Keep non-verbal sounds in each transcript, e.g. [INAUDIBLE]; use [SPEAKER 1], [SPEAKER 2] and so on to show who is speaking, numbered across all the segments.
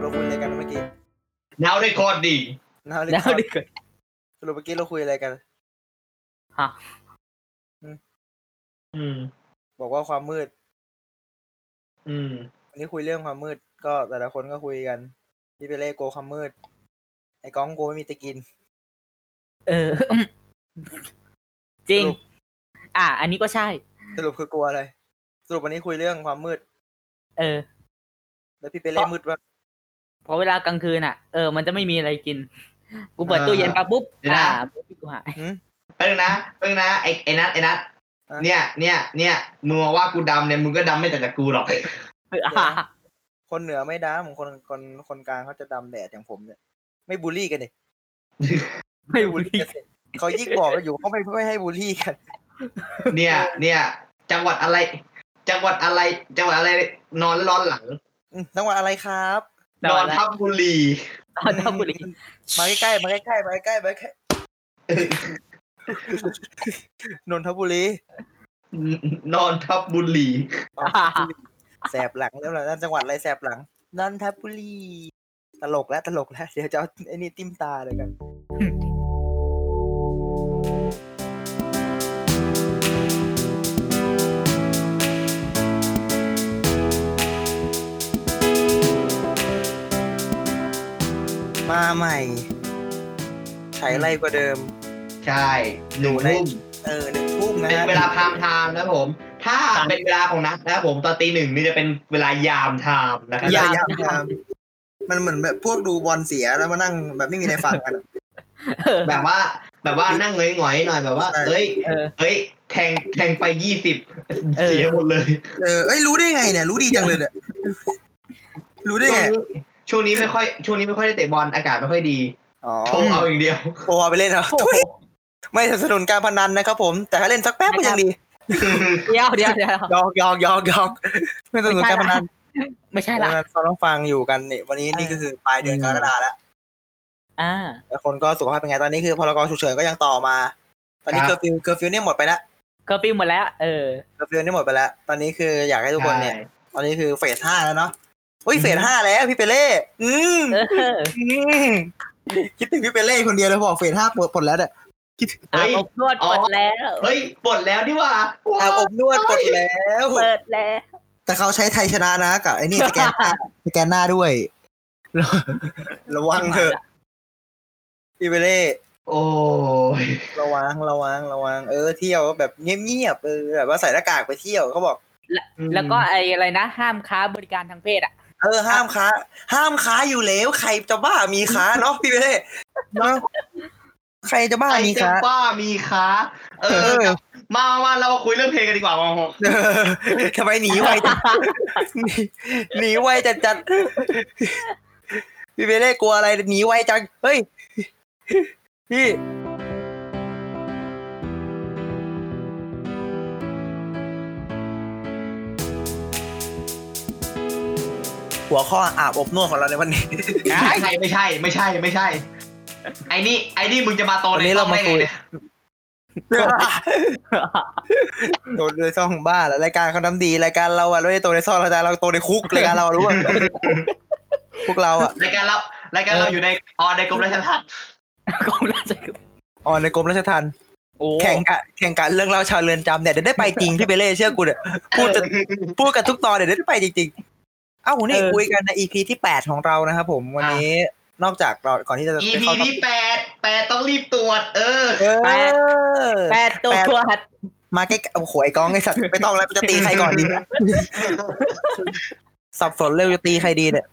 [SPEAKER 1] เราคุยอะไรกันเมื่อกี้
[SPEAKER 2] Now recording
[SPEAKER 1] นาฬิ
[SPEAKER 3] แล้
[SPEAKER 1] กาว
[SPEAKER 3] ดิเกิด
[SPEAKER 1] สรุปเมื่อกี้เราคุยอะไรกัน
[SPEAKER 2] อืม
[SPEAKER 1] บอกว่าความมืด
[SPEAKER 2] อืม
[SPEAKER 1] วันนี้คุยเรื่องความมืด ก็แต่ละคนก็คุยกันพี่เปเล่โกความมืด ไอ้ก้องโกไม่มีจะกิน
[SPEAKER 3] เออ [LAUGHS] จริง
[SPEAKER 1] สรุป
[SPEAKER 3] อ่ะ อันนี้ก็ใช่
[SPEAKER 1] สรุปคือกลัวอะไร สรุปวันนี้คุยเรื่องความมืด
[SPEAKER 3] เออ
[SPEAKER 1] แล้วพี่เปเล่มืดว่า
[SPEAKER 3] เพราะเวลากลางคืนอ่ะ เออ มันจะไม่มีอะไรกิน กูเปิดตู้เย็น
[SPEAKER 2] อ่า
[SPEAKER 3] ปะปุ๊บ
[SPEAKER 2] เดี๋ยวนะ
[SPEAKER 3] อ่าปุ๊บกูหาย
[SPEAKER 2] เพิ่งนะเพิ่งนะไอ้ไอ้นัทไอ้นัท
[SPEAKER 1] อ่ะ
[SPEAKER 2] เนี่ย เนี่ยเนี่ยมึงมาว่ากูดำเนี่ยมึงก็ดำไม่แต่างจากกู [LAUGHS] หรอก
[SPEAKER 1] ยวนะ คนเหนือไม่ดำคนคนคนกลางเขาจะดำแดดอย่างผมเนี่ย ไม่บูลลี่กันดิ
[SPEAKER 3] [LAUGHS] ไม่บุรี
[SPEAKER 1] กันสิเขายิ่งบอกกันอยู่เขาไม่ไม่ให้บูลลี่กัน
[SPEAKER 2] เนี่ย เนี่ย จังหวัดอะไร จังหวัดอะไร จังหวัดอะไร นอนร้อนหลัง
[SPEAKER 1] อืมจังหวะอะไรครับ
[SPEAKER 2] นอนทับบุรี [LAUGHS]
[SPEAKER 3] นอนทับบุรี
[SPEAKER 1] มาใกล้ๆมาใกล้ๆมาใกล้ๆมาใกล้ [LAUGHS] ๆนนทบุรี
[SPEAKER 2] นอนทับบุรี
[SPEAKER 1] [LAUGHS] แสบหลังเรียบร้อยนั่นจังหวัดอะไรแสบหลังนนทบุรีตลกแล้วตลกแล้วเดี๋ยวจะเอาไอ้นี่ติ้มตาเลยกันมาใหม่ใช้ไรกว่าเดิม
[SPEAKER 2] ใช่หนูทุ่ม
[SPEAKER 1] เออหนึ่งทุ่มนะ
[SPEAKER 2] เป็น
[SPEAKER 1] ฮะ
[SPEAKER 2] เวลาพามไทม์นะครับผม ถ้าเป็นเวลาของนัทนะครับผมตอนตีหนึ่งนี่จะเป็นเวลายามไทม์นะครับ
[SPEAKER 1] ยามยามมันเหมือนแบบพวกดูบอลเสียแล้วมานั่งแบบไม่มีอะไรฟังกัน
[SPEAKER 3] เออ
[SPEAKER 2] แบบว่า แบบว่านั่งหงอยๆหน่อยแบบว่าเอ้ย
[SPEAKER 3] เออ
[SPEAKER 2] เอ้ย แทงแทงไปยี่สิบ
[SPEAKER 3] เออ
[SPEAKER 2] เสียหมดเลย
[SPEAKER 1] เออเอ้ยรู้ได้ไงเนี่ย รู้ดีจังเลยเนี่ย รู้ได้ไง
[SPEAKER 2] ช่วงนี้ไม่ค่อยช่วงนี้ไม่ค่อยได้เตะบอลอากาศไม่ค่อยดี
[SPEAKER 1] อ๋อ
[SPEAKER 2] โทรเอาอย่างเดียว
[SPEAKER 1] โทรเอาไปเล่นเหรอทุยไม่สนับสนุนการพนันนะครับผม แต่ถ้าเล่นสักแป๊บก็ยังดี
[SPEAKER 3] เดี๋ยวเดี๋ยวเดี๋ยว
[SPEAKER 1] ยอกยอกยอกยอกไม่สนับสนุนการพนัน
[SPEAKER 3] ไม่ใช่
[SPEAKER 1] ดั
[SPEAKER 3] ละ [LAUGHS]
[SPEAKER 1] งนั้นเราต้องฟังอยู่กันเนี่ยวันนี้นี่ก็คือปลายเดือน
[SPEAKER 2] อืม
[SPEAKER 1] กรกฎาแล้ว
[SPEAKER 3] อ่า
[SPEAKER 1] แต่คนก็สุขภาพเป็นไงตอนนี้คือพรกฉุกเฉินก็ยังต่อมา ตอนนี้เคอร์ฟิวเคอร์ฟิวเนี่ยหมดไปแล้ว
[SPEAKER 3] ก็ปิ้งหมดแล้ว เออ
[SPEAKER 1] เคอร์ฟิวเนี่ยหมดไปแล้วตอนนี้คืออยากให้ทุกคนเนี่ย
[SPEAKER 2] ใช่
[SPEAKER 1] ตอนนี้คือเฟสห้าแล้วเนาะอุ้ยเฟสห้าแล้วพี่เปเล่อืม
[SPEAKER 3] เออ
[SPEAKER 1] อืมคิดถึงพี่เปเล่คนเดียวเลยบอกเฟสห้าหมดหมดแล้วเนี่ยคิดถึง
[SPEAKER 3] อา
[SPEAKER 2] เฮ้ย
[SPEAKER 3] บอบนวด
[SPEAKER 2] อ๋อ
[SPEAKER 3] เปิดแล้ว
[SPEAKER 2] เฮ้ยปลดแล้วนี่หว่าว้า
[SPEAKER 1] อาบ
[SPEAKER 2] ว
[SPEAKER 1] อบนวดหมดแล้ว
[SPEAKER 3] เปิดแล้ว
[SPEAKER 1] แต่เขาใช้ไทยชนะนะกับไอ้ [LAUGHS] นี่สแกนหน้าสแกนหน้าด้วย ระวังเถอะพี่เปเล่
[SPEAKER 2] โอ้ย
[SPEAKER 1] ระวังระวังระวังเออเที่ยวแบบเงียบๆเออแบบว่าใส่หน้ากากไปเที่ยวเขาบอก
[SPEAKER 3] แล้วก็ไอ้อะไรนะ ห้ามค้าบริการทางเพศอ่ะ
[SPEAKER 1] เออห้ามค้า ห้ามค้าอยู่แล้วใครจะบ้ามีค้าเนาะพี่เปเล่เนาะใครจะบ้า
[SPEAKER 2] ไอ้
[SPEAKER 1] มี
[SPEAKER 2] เจ้า
[SPEAKER 1] ค้า
[SPEAKER 2] ป้ามีค้า เอ
[SPEAKER 1] เอ
[SPEAKER 2] อ
[SPEAKER 1] อ
[SPEAKER 2] มามามาเรามาคุยเรื่องเพลงกันดี
[SPEAKER 1] [LAUGHS]
[SPEAKER 2] กว่ามา
[SPEAKER 1] เออทำไมหนีไวจัง [LAUGHS] หนีหนีไวจัดจัดพี่เบเล่กลัวอะไรหนีไวจัง เฮ้ย พี่ หัวข้ออาบอบนวดของเราในวันนี้
[SPEAKER 2] ไม่ใช่ไม่ใช่ไม่ใช่ไม่ใช่ ไอ้นี่ไอ้นี่มึงจะมาโต
[SPEAKER 1] วัน
[SPEAKER 2] ใน
[SPEAKER 1] นี้เรามาคุย
[SPEAKER 2] ได้ไงนี่
[SPEAKER 1] [LAUGHS] โดนโดยซ่องบ้าแล้วรายการเขาน้ำดีรายการเราอะเราไม่ได้โตในซ่องเราแต่เราโตในคุกรายการเราอะรู้ป่ะพวกเราอะ
[SPEAKER 2] รายการเรารายการเราอยู่ในออนในกรมราชทัณฑ์
[SPEAKER 3] กรมราชกิจ
[SPEAKER 1] อ๋อในกรมราชทัณฑ์
[SPEAKER 3] โอ้
[SPEAKER 1] แข่งกะแข่งกันเรื่องเล่าชาวเรือนจำเนี่ยเดี๋ยวได้ไปจ [LAUGHS] ริงพี่เบเล่เชื่อกูเนี่ยพูดจะพูดกันทุกตอนเดี๋ยวได้ไปจริงๆ เอ้านี่คุยกันใน EP ที่ 8 ของเรานะครับผมวันนี้นอกจากเราก่อนที่จะ
[SPEAKER 2] อี
[SPEAKER 1] ไป
[SPEAKER 2] พี
[SPEAKER 1] เข้า
[SPEAKER 2] ที่แปดแปดต้องรีบตรวจ เออ
[SPEAKER 1] เออ
[SPEAKER 3] แปดตัวหัด
[SPEAKER 1] มาใกล้ๆโอ้โหไอ้กองไอ้สัตว์ไม่ต้องแล้วจะตีใครก่อนดี [LAUGHS] นะสับสนเร็วจะตีใครดีเนี่ย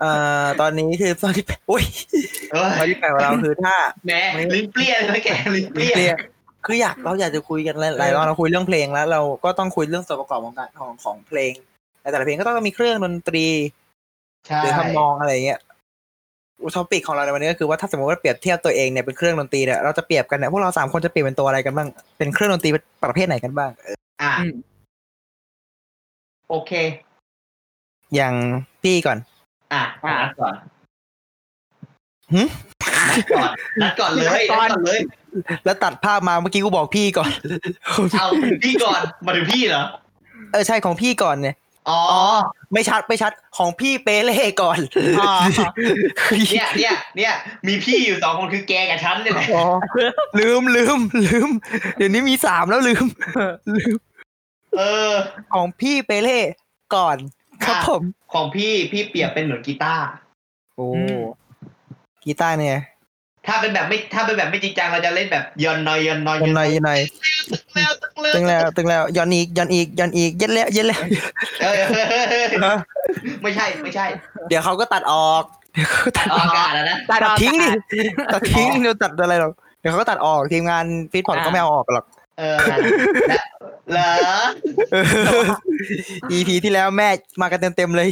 [SPEAKER 1] เอ่อตอนนี้คือตอนที่แปดอุ้ย
[SPEAKER 2] เออ
[SPEAKER 1] ตอนที่แปดของเราคือถ้า
[SPEAKER 2] แหมลิ้นเปรี้ยเลยนะแกลิ้นเปรี้ย
[SPEAKER 1] เคลียร์คืออยากเราอยากจะคุยกันหลายๆรอบเราคุยเรื่องเพลงแล้ว เราก็ต้องคุยเรื่องส่วนประกอบของการของของเพลงแต่แต่ละเพลงก็ต้องมีเครื่องดนตรี
[SPEAKER 2] ใช่
[SPEAKER 1] หรือทำนองอะไรอย่างเงี้ย ท็อปิกของเราในวันนี้ก็คือว่าถ้าสมมติว่าเปรียบเทียบตัวเองเนี่ยเป็นเครื่องดนตรีเนี่ยเราจะเปรียบกันเนี่ยพวกเราสามคนจะเปรียบเป็นตัวอะไรกันบ้างเป็นเครื่องดนตรีประเภทไหนกันบ้าง
[SPEAKER 2] อ่ะ
[SPEAKER 3] อืม
[SPEAKER 2] โอเค
[SPEAKER 1] อย่างพี่ก่อน
[SPEAKER 2] อ่ะ
[SPEAKER 3] อ่ะ
[SPEAKER 2] นัดก่อน
[SPEAKER 1] หึ
[SPEAKER 2] นัดก่อนนัดก่อนเลยนัดก่อนเลย
[SPEAKER 1] แล้วตัดภาพมาเมื่อกี้กูบอกพี่ก่อน
[SPEAKER 2] เอาพี่ก่อนมาถึงพี่เหรอ
[SPEAKER 1] เออใช่ของพี่ก่อนเนี่ย
[SPEAKER 2] อ๋อ
[SPEAKER 1] ไม่ชัดไม่ชัดของพี่เปเล่ก่อน
[SPEAKER 2] อ๋
[SPEAKER 1] [LAUGHS]
[SPEAKER 2] อ เนี่ยเนี่ยเนี่ยมีพี่อยู่สองคนคือแกกับฉันเนี่ยแหละ
[SPEAKER 1] อ๋อลืมลืมลืม เดี๋ยวนี้มีสามแล้วลืม
[SPEAKER 2] เออ
[SPEAKER 1] ของพี่เปเล่ก่อนครับ
[SPEAKER 2] อ่ะ
[SPEAKER 1] ผม
[SPEAKER 2] ของพี่พี่เปรียบเป็นเหมือนกีตาร์
[SPEAKER 1] โอ้
[SPEAKER 3] อืม
[SPEAKER 1] กีตาร์เนี่ย
[SPEAKER 2] ถ้าเป็นแบบไม่ถ้าเป็นแบบไม่จริงจังเราจะเล่นแบบยอนนอยยอนนอย
[SPEAKER 1] ยันหน่อยยันหน่อย
[SPEAKER 2] แล้ว
[SPEAKER 1] ตึงแล้วตึงแล้วย้อนอีกย้อนอีกย้อนอีกเย็ดแล้วเย็ดแล้ว
[SPEAKER 2] เออไม่ใช่ไม่ใช่
[SPEAKER 1] เดี๋ยวเขาก็ตัดออกเดี๋ยวเขาก็ตัด
[SPEAKER 2] อ
[SPEAKER 1] อ
[SPEAKER 2] อ
[SPEAKER 1] อก ก
[SPEAKER 2] อากาศแล้วนะ
[SPEAKER 3] ตัด
[SPEAKER 1] ตัด
[SPEAKER 3] ออก
[SPEAKER 1] ทิ้งดิตัดทิ้งเดี๋ยวตัดอะไรหรอกเดี๋ยวเขาก็ตัดออกทีมงานฟีดพอร์ตก็ไม่เอาออกหรอก
[SPEAKER 2] เออและเหรอ
[SPEAKER 1] EP ที่แล้วแม่มากันเต็มๆเลย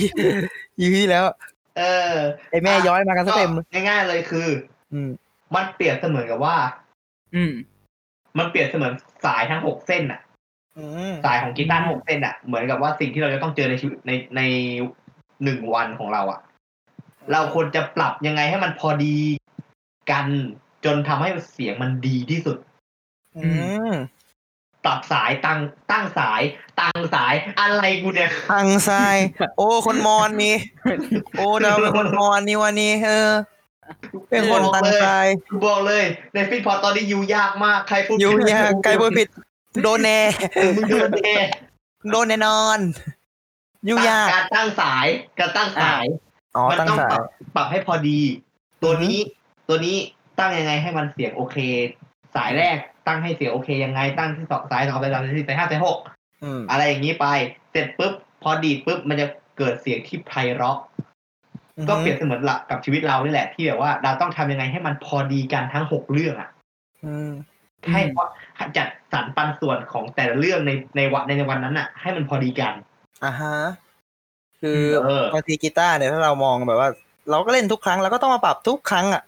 [SPEAKER 1] EP ที่แล้ว
[SPEAKER 2] เออ
[SPEAKER 1] ไอ้แม่ย้อยมากันซะเต็มเลย
[SPEAKER 2] ก็ง่ายๆเลยคือ
[SPEAKER 1] อืม
[SPEAKER 2] มันเปรียบเสมือนกับว่า
[SPEAKER 3] อืม
[SPEAKER 2] มันเปรียบเสมือนสายทั้งหกเส้นอะ
[SPEAKER 1] อืม
[SPEAKER 2] สายของกีตาร์หกเส้นอ่ะเหมือนกับว่าสิ่งที่เราจะต้องเจอในชีวิตในในหนึ่งวันของเราอ่ะ เราควรจะปรับยังไงให้มันพอดีกัน จนทำให้เสียงมันดีที่สุด
[SPEAKER 1] อืม
[SPEAKER 2] ปรับสายตั้งตั้งสายตั้งสายอะไรกูเนี่ย
[SPEAKER 1] ทางซ้าย
[SPEAKER 2] [LAUGHS]
[SPEAKER 1] โอ้คนมอนนี่ โอ้เราเป็นคนมอนนี่วันนี้เออ เป็นคน
[SPEAKER 2] บอ
[SPEAKER 1] ทาก ง
[SPEAKER 2] เลย [LAUGHS]
[SPEAKER 1] ซ้าย
[SPEAKER 2] กูบอกเลย ในฟิตพอตอนนี้ยูยากมากใครพูด
[SPEAKER 1] อยู่ยากไกลเบอร์ผิด โดนแน่
[SPEAKER 2] มึงโดนแน่
[SPEAKER 1] โดนแน่นอนยุ่ง
[SPEAKER 2] [LAUGHS]
[SPEAKER 1] ยาก
[SPEAKER 2] การตั้งสายการตั้งสาย
[SPEAKER 1] อ๋อ
[SPEAKER 2] มัน
[SPEAKER 1] ตั้ง
[SPEAKER 2] ต้อง
[SPEAKER 1] สา
[SPEAKER 2] ป
[SPEAKER 1] ย
[SPEAKER 2] รับปรับให้พอดี ตัวนี้ตัวนี้ตั้งยังไงให้มันเสียงโอเค สายแรกตั้งให้เสียงโอเคยังไงตั้งที่สองสายสองไปสามสายสี่สายห้าสายหก
[SPEAKER 1] อืม
[SPEAKER 2] อะไรอย่างนี้ไป เสร็จปุ๊บพอดีดปุ๊บมันจะเกิดเสียงที่ไพเราะก็เปรียบเสมือนหลักกับชีวิตเรานี่แหละที่แบบว่าเราต้องทำยังไงให้มันพอดีกันทั้งหกเรื่องอ่ะ
[SPEAKER 1] อืม
[SPEAKER 3] อืม
[SPEAKER 2] ให้พอจัดสรรปันส่วนของแต่ละเรื่องในในวันในวันนั้นอ่ะ ให้มันพอดีกัน
[SPEAKER 1] อ่าฮะคือ
[SPEAKER 2] เออบ
[SPEAKER 1] างทีกีตาร์เนี่ยถ้าเรามองแบบว่า เราก็เล่นทุกครั้งเราก็ต้องมาปรับทุกครั้งอ่ะ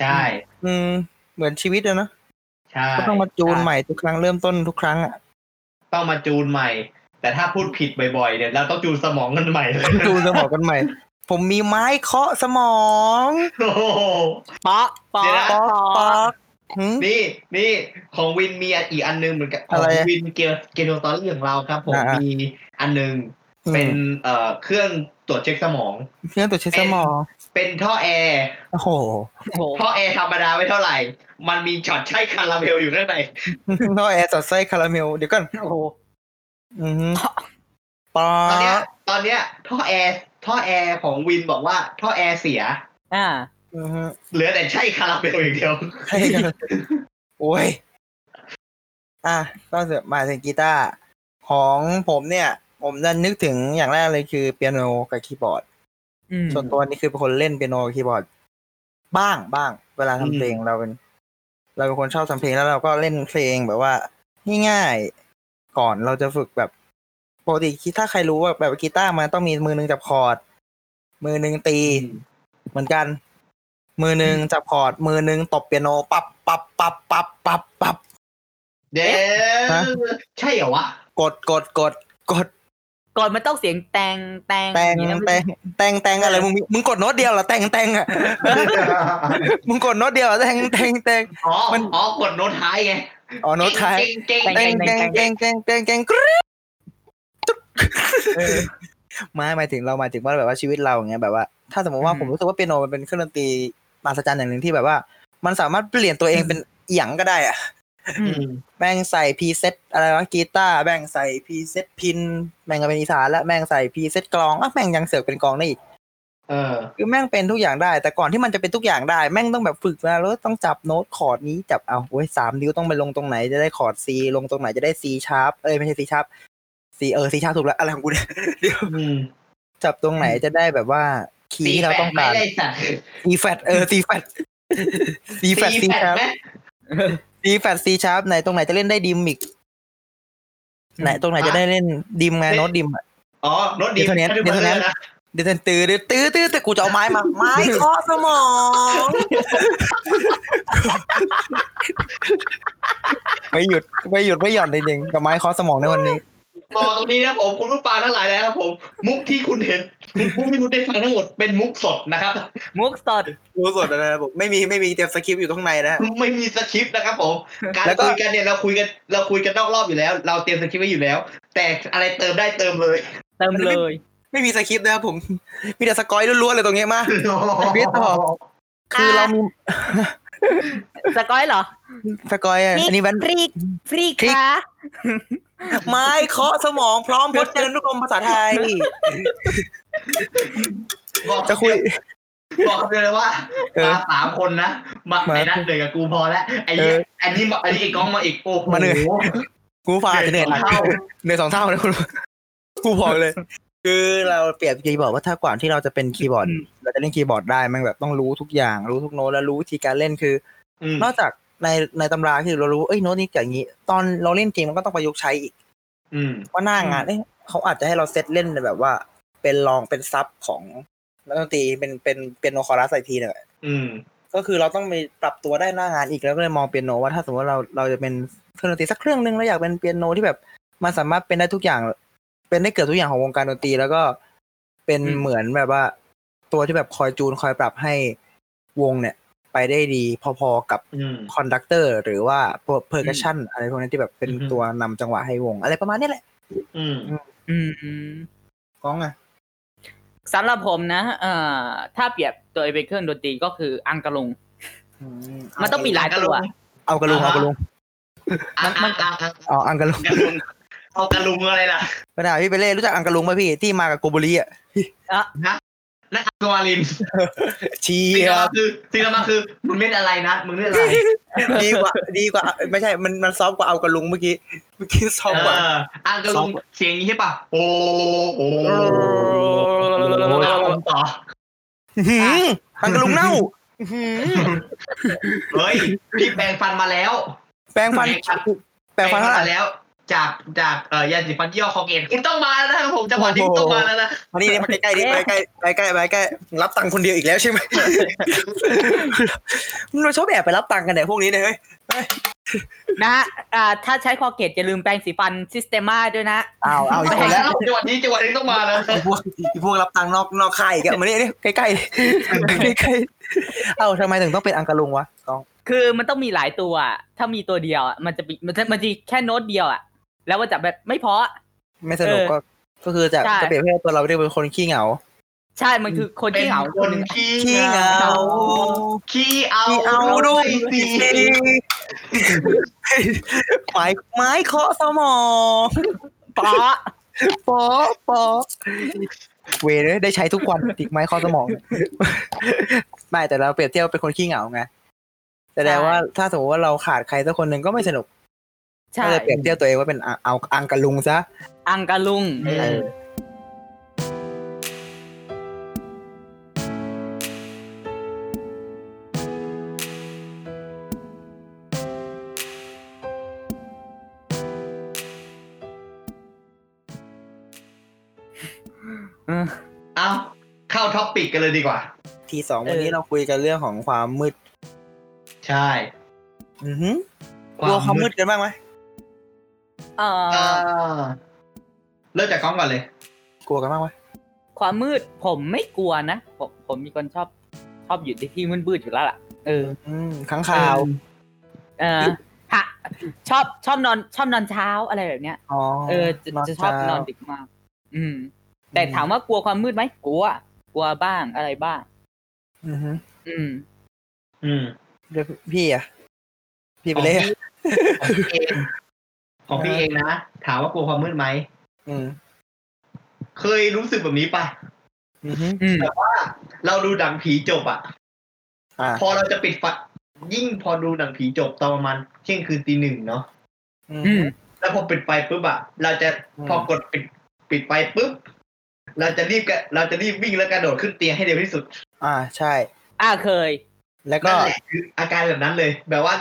[SPEAKER 2] ใช่
[SPEAKER 1] อืม เหมือนชีวิตเลยเนอะ
[SPEAKER 2] ใช่
[SPEAKER 1] ก็ต้องมาจูนใหม่ทุกครั้งเริ่มต้นทุกครั้งอ่ะ
[SPEAKER 2] ต้องมาจูนใหม่ แต่ถ้าพูดผิดบ่อยๆเนี่ยเราต้องจูนสมองกันใหม่เลย [LAUGHS]
[SPEAKER 1] จูนสมองกันใหม่ ผมมีไม้เคาะสมอง
[SPEAKER 2] โอ้โห
[SPEAKER 3] ปะปะ
[SPEAKER 2] เดี๋ยวนะ
[SPEAKER 3] ปะ
[SPEAKER 1] ป
[SPEAKER 3] ปะ
[SPEAKER 1] อกหึ
[SPEAKER 2] นี่นี่ของวินมีอีกอันหนึงเหมือนกันข
[SPEAKER 1] อะ
[SPEAKER 2] อง
[SPEAKER 1] ไรอะ
[SPEAKER 2] วินเกียวเกียวตอนเรื่องของเราครับ ผม
[SPEAKER 1] อ่าๆ
[SPEAKER 2] มีอันหนึงเป็นเอ่อเครื่องตรวจเช็คสมอง
[SPEAKER 1] เครื่องตรวจเช็คสมอง
[SPEAKER 2] เป็นท่อแอร์
[SPEAKER 1] โอ้โห
[SPEAKER 3] โอ้โห
[SPEAKER 2] ท่อแอร์ธรรมดาไม่เท่าไหร่ มันมีช็อตใช้คาราเมลอยู่ข้างใน
[SPEAKER 1] ท่อแอร์สอดไส้คาราเมล เดี๋ยวก่อน
[SPEAKER 3] โอ้โห
[SPEAKER 1] อืมปอ
[SPEAKER 2] ตอนเนี้ย
[SPEAKER 1] ก
[SPEAKER 2] ตอนเนี้ยท่อแอร์ท่อแอร์ของวินบอกว่าท่อแอร์เสีย
[SPEAKER 3] อ่า
[SPEAKER 1] อือฮึ [LAUGHS]
[SPEAKER 2] เหลือแต่ใช้คาราเมลอย่างเดียว
[SPEAKER 1] ให้กันโอ้ย อ่ะก็เสร็จมาถึงกีตาร์ของผมเนี่ย ผมจะนึกถึงอย่างแรกเลยคือเปียโนกับคีย์บอร์ด
[SPEAKER 3] อืม
[SPEAKER 1] ส่วนตัวนี่คือเป็นคนเล่นเปียโนกับคีย์บอร์ด บ้างบ้าง เวลาทำเพลงเราเป็น เราเป็นคนชอบทำเพลงแล้วเราก็เล่นเพลงแบบว่าง่ายๆก่อนเราจะฝึกแบบปกติกีตาร์ใครรู้ว่าแบบกีตาร์มันต้องมีมือหนึ่งจับคอร์ดมือหนึ่งตีเหมือนกัน มือหนึ่งจับคอร์ดมือหนึ่งตบเปียโนปับปับปับปับปับปับ
[SPEAKER 2] เด้
[SPEAKER 1] ฮะ
[SPEAKER 2] ใช่เหรอวะ
[SPEAKER 1] [LAUGHS] กดกดกด กด
[SPEAKER 3] ก่อนมันต้องเสียงแตงแตง
[SPEAKER 1] แต่ง
[SPEAKER 3] อย่างนี้นะ
[SPEAKER 1] แต่งแต่งแต่งอะไรมึงมีมึงกดโน้ตเดียวเหรอแต่งแต่งอ่ะ มึงกดโน้ตเดียวเหรอแต่งแต่งแต่ง
[SPEAKER 2] อ๋อ
[SPEAKER 1] มัน
[SPEAKER 2] อ๋อกดโน้ตท้ายไง
[SPEAKER 1] อ๋อโน้ตท้าย
[SPEAKER 2] เก่งเก่ง
[SPEAKER 1] แก
[SPEAKER 2] เก่ง
[SPEAKER 1] งแกงแกงแกงแกงแกงกรึ๊บตุ๊บ [LAUGHS] ไม่หมายถึงเราหมายถึงว่าแบบว่าชีวิตเราอย่างเงี้ยแบบว่า ถ้าสมมติว่าผมรู้สึกว่าเปียโนมันเป็นเครื่องดนตรีมหัศจรรย์อย่างหนึ่งที่แบบว่า มันสามารถเปลี่ยนตัวเองเป็นเอียงก็ได้อะ
[SPEAKER 3] อืม
[SPEAKER 1] แม่งใส่พีเซตอะไรวะกีตาร์แม่งใส่พีเซตพินแม่งก็เป็นอีสานแล้วแม่งใส่พีเซตกลองอ่ะแม่งยังเสือกเป็นกลองได้อีก
[SPEAKER 2] เออ
[SPEAKER 1] คือแม่งเป็นทุกอย่างได้ แต่ก่อนที่มันจะเป็นทุกอย่างได้ แม่งต้องแบบฝึกมาแล้วต้องจับโน้ตคอร์ดนี้จับเอาเว้ยสามนิ้วต้องไปลงตรงไหนจะได้คอร์ด C ลงตรงไหนจะได้ C ชาร์ปเอ้ยไม่ใช่ C ชาร์ป C เออ C ชาร์ปถูกแล้วอะไรของกูเนี่ย
[SPEAKER 2] อืม
[SPEAKER 1] จับตรงไหนจะได้แบบว่าคีย์ที่เราต้องการ
[SPEAKER 2] ไม่ได้สัตว์
[SPEAKER 1] C แฟตเออ C แฟต [LAUGHS] C แฟต C
[SPEAKER 2] ตีแฟ
[SPEAKER 1] ชาร์ป
[SPEAKER 2] ไหม
[SPEAKER 1] C แฟต C ชาร์ปไหนตรงไหนจะเล่นได้ดิมอีกไหนตรงไหนจะได้เล่นดิมไงโน้ตดิมอะ
[SPEAKER 2] อ๋อโน้ตดี
[SPEAKER 1] เดี๋ยวเท่านี้
[SPEAKER 2] ถ้าดู
[SPEAKER 1] เดี๋ยวเท่านี้
[SPEAKER 2] นะ
[SPEAKER 1] เดือดตื้อเดือดตื้อตื้อแต่กูจะเอาไม้มา ไม้เคาะสมองไม่หยุดไม่หยุดไม่หย่อนจริงๆกับไม้เคาะสมองในวันนี้
[SPEAKER 2] บอกตรงนี้นะครับผมคุณผู้ฟังทั้งหลายนะครับผม มุกที่คุณเห็นมุกที่คุณได้ฟังทั้งหมดเป็นมุกสดนะครับ
[SPEAKER 3] มุกสด
[SPEAKER 1] รู้สดนะครับผมไม่มีไม่มีเตรียมสคริปต์อยู่ข้างในนะฮะ
[SPEAKER 2] ไม่มีสคริปต์นะครับผมการ
[SPEAKER 1] แล้วก็
[SPEAKER 2] คุยกันเนี่ยเราคุยกันเราคุยกันนอกรอบอยู่แล้ว เราเตรียมสคริปต์ไว้อยู่แล้ว แต่อะไรเติมได้เติมเลย
[SPEAKER 3] เติมเลย
[SPEAKER 1] ไม่มีสคริปต์นะครับผม มีแต่สกอยล้วนๆเลยตรงเนี้ยมา พี่ต่อ คือเรามี
[SPEAKER 3] สกอยเหรอ
[SPEAKER 1] สกอยอะอันนี้แว่น
[SPEAKER 4] ฟรีกฟรีก
[SPEAKER 1] ฟรีก
[SPEAKER 4] ค่ะ
[SPEAKER 1] ไม้เคาะสมองพร้อมพจนานุกรมภาษาไทย
[SPEAKER 2] บอก
[SPEAKER 1] จะคุย
[SPEAKER 2] บอกเลยนะว่า
[SPEAKER 1] เออ
[SPEAKER 2] มาสามคนนะมา
[SPEAKER 1] มา
[SPEAKER 2] ไอ้นัทเหนื่อยกับกูพอแล้วไอ้เหี้ย
[SPEAKER 1] เออ
[SPEAKER 2] ไอันนี้มาไอันนี้ไอ้กล้องมาอีกโอ้โห
[SPEAKER 1] มาเหนื่อย กูฝ่าจะเหนื่อยหนัก
[SPEAKER 2] เท่า
[SPEAKER 1] เหนื่อยสองเท่า [LAUGHS] นะคุณ กูพอเลย [LAUGHS] คือเราเปรียบคีย์บอร์ดว่าถ้าก่อนที่เราจะเป็นคีย์บอร์ด
[SPEAKER 3] อืม
[SPEAKER 1] เราจะเล่นคีย์บอร์ดได้มันแบบต้องรู้ทุกอย่างรู้ทุกโน้ตแล้วรู้วิธีการเล่นคือ
[SPEAKER 2] อืม
[SPEAKER 1] นอกจากในในตำราคือเรารู้เอ้ยโน้ตนี้อย่างนี้ ตอนเราเล่นจริงมันก็ต้องประยุกต์ใช้อีก
[SPEAKER 2] อืม
[SPEAKER 1] ว่าหน้างานเอ้ยเขาอาจจะให้เราเซตเล่นแบบว่า เป็นรองเป็นซับของนักดนตรีเป็นเป็นเป็นโนคอรัสไอทีหนึ่ง
[SPEAKER 2] อืม
[SPEAKER 1] ก็คือเราต้องไปปรับตัวได้หน้างานอีกแล้วก็เลยมองเปียโนว่าถ้าสมมติว่าเราเราจะเป็นเครื่องดนตรีสักเครื่องหนึ่งแล้วอยากเป็นเปียโนที่แบบมันสามารถเป็นได้ทุกอย่าง เป็นได้เกือบทุกอย่างของวงการดนตรีแล้วก็เป็น
[SPEAKER 2] อืม
[SPEAKER 1] เหมือนแบบว่า ตัวที่แบบคอยจูนคอยปรับให้วงเนี่ย ไปได้ดีพอๆกับ
[SPEAKER 2] อืม
[SPEAKER 1] คอนดักเตอร์หรือว่าเพอร์คัชชันอะไรพวกนี้ที่แบบเป็น
[SPEAKER 2] อือฮึ
[SPEAKER 1] ตัวนำจังหวะให้วง อะไรประมาณนี้แหละ
[SPEAKER 2] อืม
[SPEAKER 3] อืม
[SPEAKER 1] ก้องอะ
[SPEAKER 3] สำหรับผมนะ เอ่อ ถ้าเปรียบตัวเองเป็นเครื่องดนตรีก็คืออังกะลุง มันต้องมีหลายตัว
[SPEAKER 1] เอากระลุง
[SPEAKER 2] อ่า
[SPEAKER 1] เอา
[SPEAKER 2] ฮะ
[SPEAKER 1] กระลุง
[SPEAKER 2] มันมันอ่ะอ่ะอ่ะ
[SPEAKER 1] เอาอังกระลุง
[SPEAKER 2] กระลุงเอากระลุงอะไรล่ะ
[SPEAKER 1] ไม่ได้พี่ไปเล่นรู้จักอังกระลุงไหมพี่ที่มากับโกโบุรีอะ
[SPEAKER 2] นั่นอังกวาลิน
[SPEAKER 1] เชี
[SPEAKER 2] สิ่ง
[SPEAKER 1] ย
[SPEAKER 2] ต่อ
[SPEAKER 1] ร์
[SPEAKER 2] มาคือสิ่งต่อมาคือมึงเล่นอะไรนะมึงเล่นอะไร
[SPEAKER 1] [LAUGHS] ดีกว่าดีกว่าไม่ใช่ มันมันซอฟต์กว่าเอากระลุงเมื่อกี้เมื่อกี้ซอฟต์กว่า
[SPEAKER 2] เอออ่างกระลุงเสียงอย่างนี้ใช่ป่ะโอ้โหเอาผมต่อ
[SPEAKER 1] หืมอังกระลุงเน่าหืม
[SPEAKER 2] เฮ้ยพี่แปลงฟันมาแล้ว
[SPEAKER 1] แปรงฟัน แปรงฟันเท่าไหร่
[SPEAKER 2] แล้ว จากจากเอ่อยาสีฟันยี่ห้อคองเอ็นคุณต้องมาแล้วนะครับผมจังหวะนี้คุณต้องมาแล้วนะ
[SPEAKER 1] มานี่นี่มาใกล้ๆนี่มาใกล้ๆมาใกล้ๆมาใกล้ๆรับตังค์คนเดียวอีกแล้วใช่ไหม [LAUGHS] มันเราชอบแอบไปรับตังค์กันเนี่ยพวกนี้เนี่ยเฮ้ย
[SPEAKER 3] นะฮะอ่า ถ้าใช้คอเกตอย่าลืมแปรงสีฟันซิสเตมาด้วยนะ
[SPEAKER 1] อ้าวอ้าวอีกคนแล้ว
[SPEAKER 2] จังหวะนี้จังหวะนี้ต้องมาแล้ว
[SPEAKER 1] อีพวกอีพวกรับตังค์นอกนอกค่ายอีกแล้วมานี่นี่ใกล้ๆใกล้ๆเอ้าทำไมถึงต้องเป็นอังกระลุงวะกอง
[SPEAKER 3] คือมันต้องมีหลายตัวอะถ้ามีตัวเดียวอะมันจะมีมันจะมันจะแค่โน้ตเดียวอ่ะ แล้วมันจะแบบไม่เพอ
[SPEAKER 1] ไม่สนุก
[SPEAKER 3] เออ
[SPEAKER 1] ก็ก็คือจะ
[SPEAKER 3] ใช่
[SPEAKER 1] จะเปรียบเทียบตัวเราเรียกเป็นคนขี้เหงา
[SPEAKER 3] ใช่ มันคือคน
[SPEAKER 2] เป็
[SPEAKER 3] ที่
[SPEAKER 2] น
[SPEAKER 3] เหงา
[SPEAKER 2] ค
[SPEAKER 3] คน นหนึ่ง
[SPEAKER 2] ขี้
[SPEAKER 1] ขี้เหงา
[SPEAKER 2] ขี้เอา
[SPEAKER 1] มีเอาด้วย
[SPEAKER 2] สิ
[SPEAKER 1] สิไม้ไม้เคาะสมอง
[SPEAKER 3] เพราะ
[SPEAKER 1] ปอปอเวรเลยได้ใช้ทุกวันติกไม้เคาะสมองไม่แต่เราเปรียบเทียบว่าเป็นคนขี้เหงาไงแสดงว่าถ้าสมมติว่าเราขาดใครสักคนหนึ่งก็ไม่สนุก
[SPEAKER 3] ใช่
[SPEAKER 1] ก็เลยเปรียบเทียบตัวเองว่าเป็นอ่ะเอาอังกะลุงซะ
[SPEAKER 3] อังกะลุง
[SPEAKER 2] เออเอาเข้าท็อปปิกกันเลยดีกว่า
[SPEAKER 1] ทีสอง
[SPEAKER 3] เออ
[SPEAKER 1] วันนี้เราคุยกันเรื่องของความมืด
[SPEAKER 2] ใช่
[SPEAKER 1] อือหือกลัวความมืดกันบ้างไหม
[SPEAKER 3] เอ่
[SPEAKER 2] อ่า
[SPEAKER 3] อ
[SPEAKER 2] เริ่มจากกล้องก่อนเลย
[SPEAKER 1] กลัวกันบ้างไหม
[SPEAKER 3] ความมืดผมไม่กลัวนะ ผมผมมีคนชอบชอบอยู่ในที่มืดๆอยู่แล้วล่ะ เออ
[SPEAKER 1] อืมข้างข่าว
[SPEAKER 3] เออฮะชอบชอบนอนชอบนอนเช้าอะไรแบบเนี้ย
[SPEAKER 1] อ๋อ
[SPEAKER 3] เออจะจะชอบนอนดึกมาก อืม แต่ถาม
[SPEAKER 1] ว่า
[SPEAKER 3] ว่ากลัวความมืดไหมกลัว กลัวบ้างอะไรบ้าง อืม
[SPEAKER 2] อืม
[SPEAKER 1] พี่อ่ะพี่ไปเลยอะ
[SPEAKER 2] ของพี่เองของพี่เองนะ ถามว่ากลัวความมืดไหม
[SPEAKER 1] อืม
[SPEAKER 2] เคยรู้สึกแบบนี้ปะ
[SPEAKER 1] อือฮึ
[SPEAKER 3] อืม
[SPEAKER 2] เราดูหนังผีจบอะ
[SPEAKER 1] อ่า
[SPEAKER 2] พอเราจะปิดไฟยิ่งพอดูหนังผีจบตอนประมาณเที่ยงคืนตีหนึ่งเนาะ
[SPEAKER 1] อื
[SPEAKER 3] อื
[SPEAKER 1] ม
[SPEAKER 3] ม
[SPEAKER 2] แล้วพอปิดไฟปุ๊บอะเราจะ
[SPEAKER 1] อืม
[SPEAKER 2] พอกดปิดปิดไฟปุ๊บเราจะรีบกระเราจะรีบวิ่งแล้วกระโดดขึ้นเตียงให้เร็วที่สุด
[SPEAKER 1] อ่าใช่
[SPEAKER 3] อ่าเคย
[SPEAKER 1] แล้วก็
[SPEAKER 2] นั่นแหละคืออาการแบบนั้นเลย แบบว่า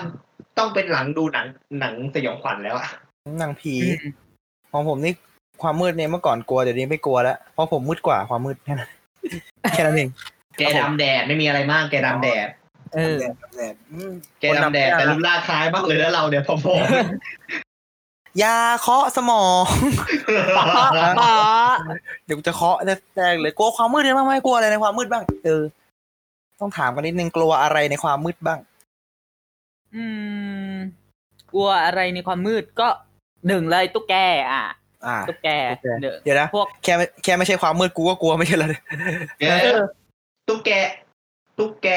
[SPEAKER 2] ต้องเป็นหลังดูหนังหนังสยองขวัญแล้วอะ
[SPEAKER 1] หนังผี
[SPEAKER 3] อืม
[SPEAKER 1] ของผมนี่ความมืดเนี่ยเมื่อก่อนกลัวเดี๋ยวนี้ไม่กลัวแล้วเพราะผมมืดกว่าความมืดแค่นั้น [LAUGHS] แค่นั้นเอง
[SPEAKER 2] แกดำแดดไม่มีอะไรมากแกดำแดด
[SPEAKER 3] เออ
[SPEAKER 1] แดดครับแดดอืม
[SPEAKER 2] แกดำแดดแต่รูปร่างคล้ายมากเลยแล้วเราเนี่ยพอๆ
[SPEAKER 1] ยาเคาะสมอง
[SPEAKER 3] ปอ
[SPEAKER 1] เดี๋ยวกูจะเคาะแรกเลยกลัวความมืดได้บ้างไหมกลัวอะไรในความมืดบ้าง เออ ต้องถามกันนิดนึงกลัวอะไรในความมืดบ้าง
[SPEAKER 3] อืม กลัวอะไรในความมืดก็หนึ่งเลยตุ๊กแก อ่ะ
[SPEAKER 1] อ่า
[SPEAKER 3] ตุ๊กแก
[SPEAKER 1] ตุ๊กแก
[SPEAKER 3] หนึ่ง
[SPEAKER 1] เดี๋ยวนะ
[SPEAKER 3] พวก
[SPEAKER 1] แค่ไม่แค่ไม่ใช่ความมืดกูก็กลัวไม่ใช่เหรอ
[SPEAKER 2] [LAUGHS] เดี๋ยวตุ๊กแก ตุ๊กแก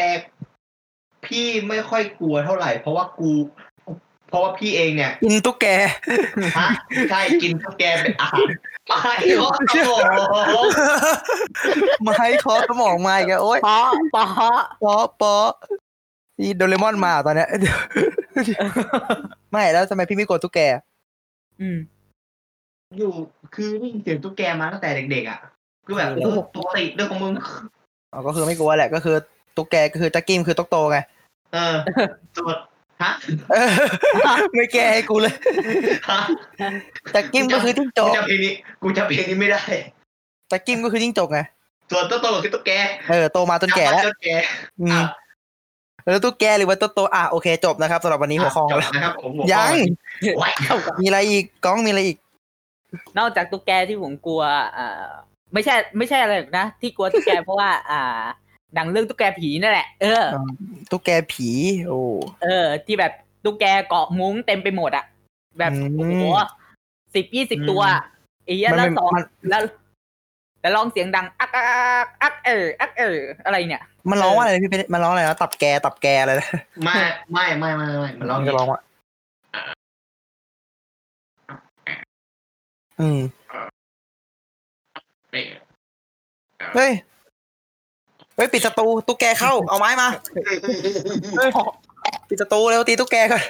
[SPEAKER 2] พี่ไม่ค่อยกลัวเท่าไหร่ เพราะว่ากู เพราะว่าพี่เองเนี่ย
[SPEAKER 1] กินตุ๊กแก
[SPEAKER 2] ฮะใช่กินตุ๊กแกเป็น [LAUGHS] อาหารไม่หรอกโอ้โห
[SPEAKER 1] ไม้เคอสมองไม้แกแล้วโอ๊ย
[SPEAKER 3] ปอปอ
[SPEAKER 1] ปอปอนี่โดเรมอนมาตอนเนี้ย [LAUGHS] เดี๋ยวไม่แล้วทำไมพี่ไม่กลัวตุ๊กแก
[SPEAKER 3] อืม
[SPEAKER 2] อยู่คือได้ยินเสียงตุ๊กแกมาตั้งแต่เด็กๆอ่ะคือแบบเออปกติเรื่องของมึง
[SPEAKER 1] อ๋อก็คือไม่กลัวแหละก็คือตุ๊กแกก็คือตะกิ้มคือตุ๊กโตไง [LAUGHS]
[SPEAKER 2] เออตรวจ [LAUGHS] ฮะ
[SPEAKER 1] เออไม่แกให้กูเลย
[SPEAKER 2] ฮะ
[SPEAKER 1] ตะกิ้มก็คือจิ้งจ
[SPEAKER 2] กู
[SPEAKER 1] ก
[SPEAKER 2] จำเพลงนี้กูจำเพลงนี้ไม่ได้
[SPEAKER 1] ตะกิ้มก็คือจิ้งจกไง
[SPEAKER 2] ส่วนตัวโตคือตุ๊กแก
[SPEAKER 1] เออโตมาจนแก่แล้ว
[SPEAKER 2] จนแก่
[SPEAKER 1] อืม
[SPEAKER 2] อ่ะ
[SPEAKER 1] แล้วตุ๊กแกหรือว่าตุ๊กโตอ่ะโอเคจบนะครับสำหรับวันนี้หัวข้อ
[SPEAKER 2] จ
[SPEAKER 1] ของ
[SPEAKER 2] บ
[SPEAKER 1] เรา
[SPEAKER 2] นะครับผมหัวข้อ
[SPEAKER 1] ยัง
[SPEAKER 2] ไว้
[SPEAKER 1] มีอะไรอีกก้องมีอะไรอีก
[SPEAKER 3] นอกจากตุ๊กแกที่ผมกลัวอ่าไม่ใช่ ไม่ใช่อะไรหรอกนะ ที่กลัวตุ๊กแก [LAUGHS] เพราะว่า อ่า ดังเรื่องตุ๊กแกผีนั่นแหละ เออ
[SPEAKER 1] ตุ๊กแกผีโอ้
[SPEAKER 3] เออ ที่แบบตุ๊กแกเกาะมุ้งเต็มไปหมดอะแบบ
[SPEAKER 1] อืม
[SPEAKER 3] โอ้โหสิบยี่สิบตัวอะไอ้เหี้ย
[SPEAKER 1] มัน
[SPEAKER 3] แล้ว
[SPEAKER 1] เป็น
[SPEAKER 3] สอง
[SPEAKER 1] มัน
[SPEAKER 3] แล้วแล้วร้องเสียงดัง อักอักอักเอออักเอออะไรเนี่ย
[SPEAKER 1] มันร้องว่าอะไรพี่เป็นมันร้องอะไรนะตับแกตับแกอะไรนะ
[SPEAKER 2] ไม่ไม่ไม่ไม่ไม่
[SPEAKER 1] [LAUGHS]
[SPEAKER 2] มันร้อง
[SPEAKER 1] มัน
[SPEAKER 2] อย่าง
[SPEAKER 1] จะร้
[SPEAKER 2] นี้
[SPEAKER 1] องว่าอืมเฮ้ยเฮ้ยปิดประตูตุ๊กแกเข้าเอาไม้มาปิดประตูเร็วตีตุ๊กแก [LAUGHS] ก่อน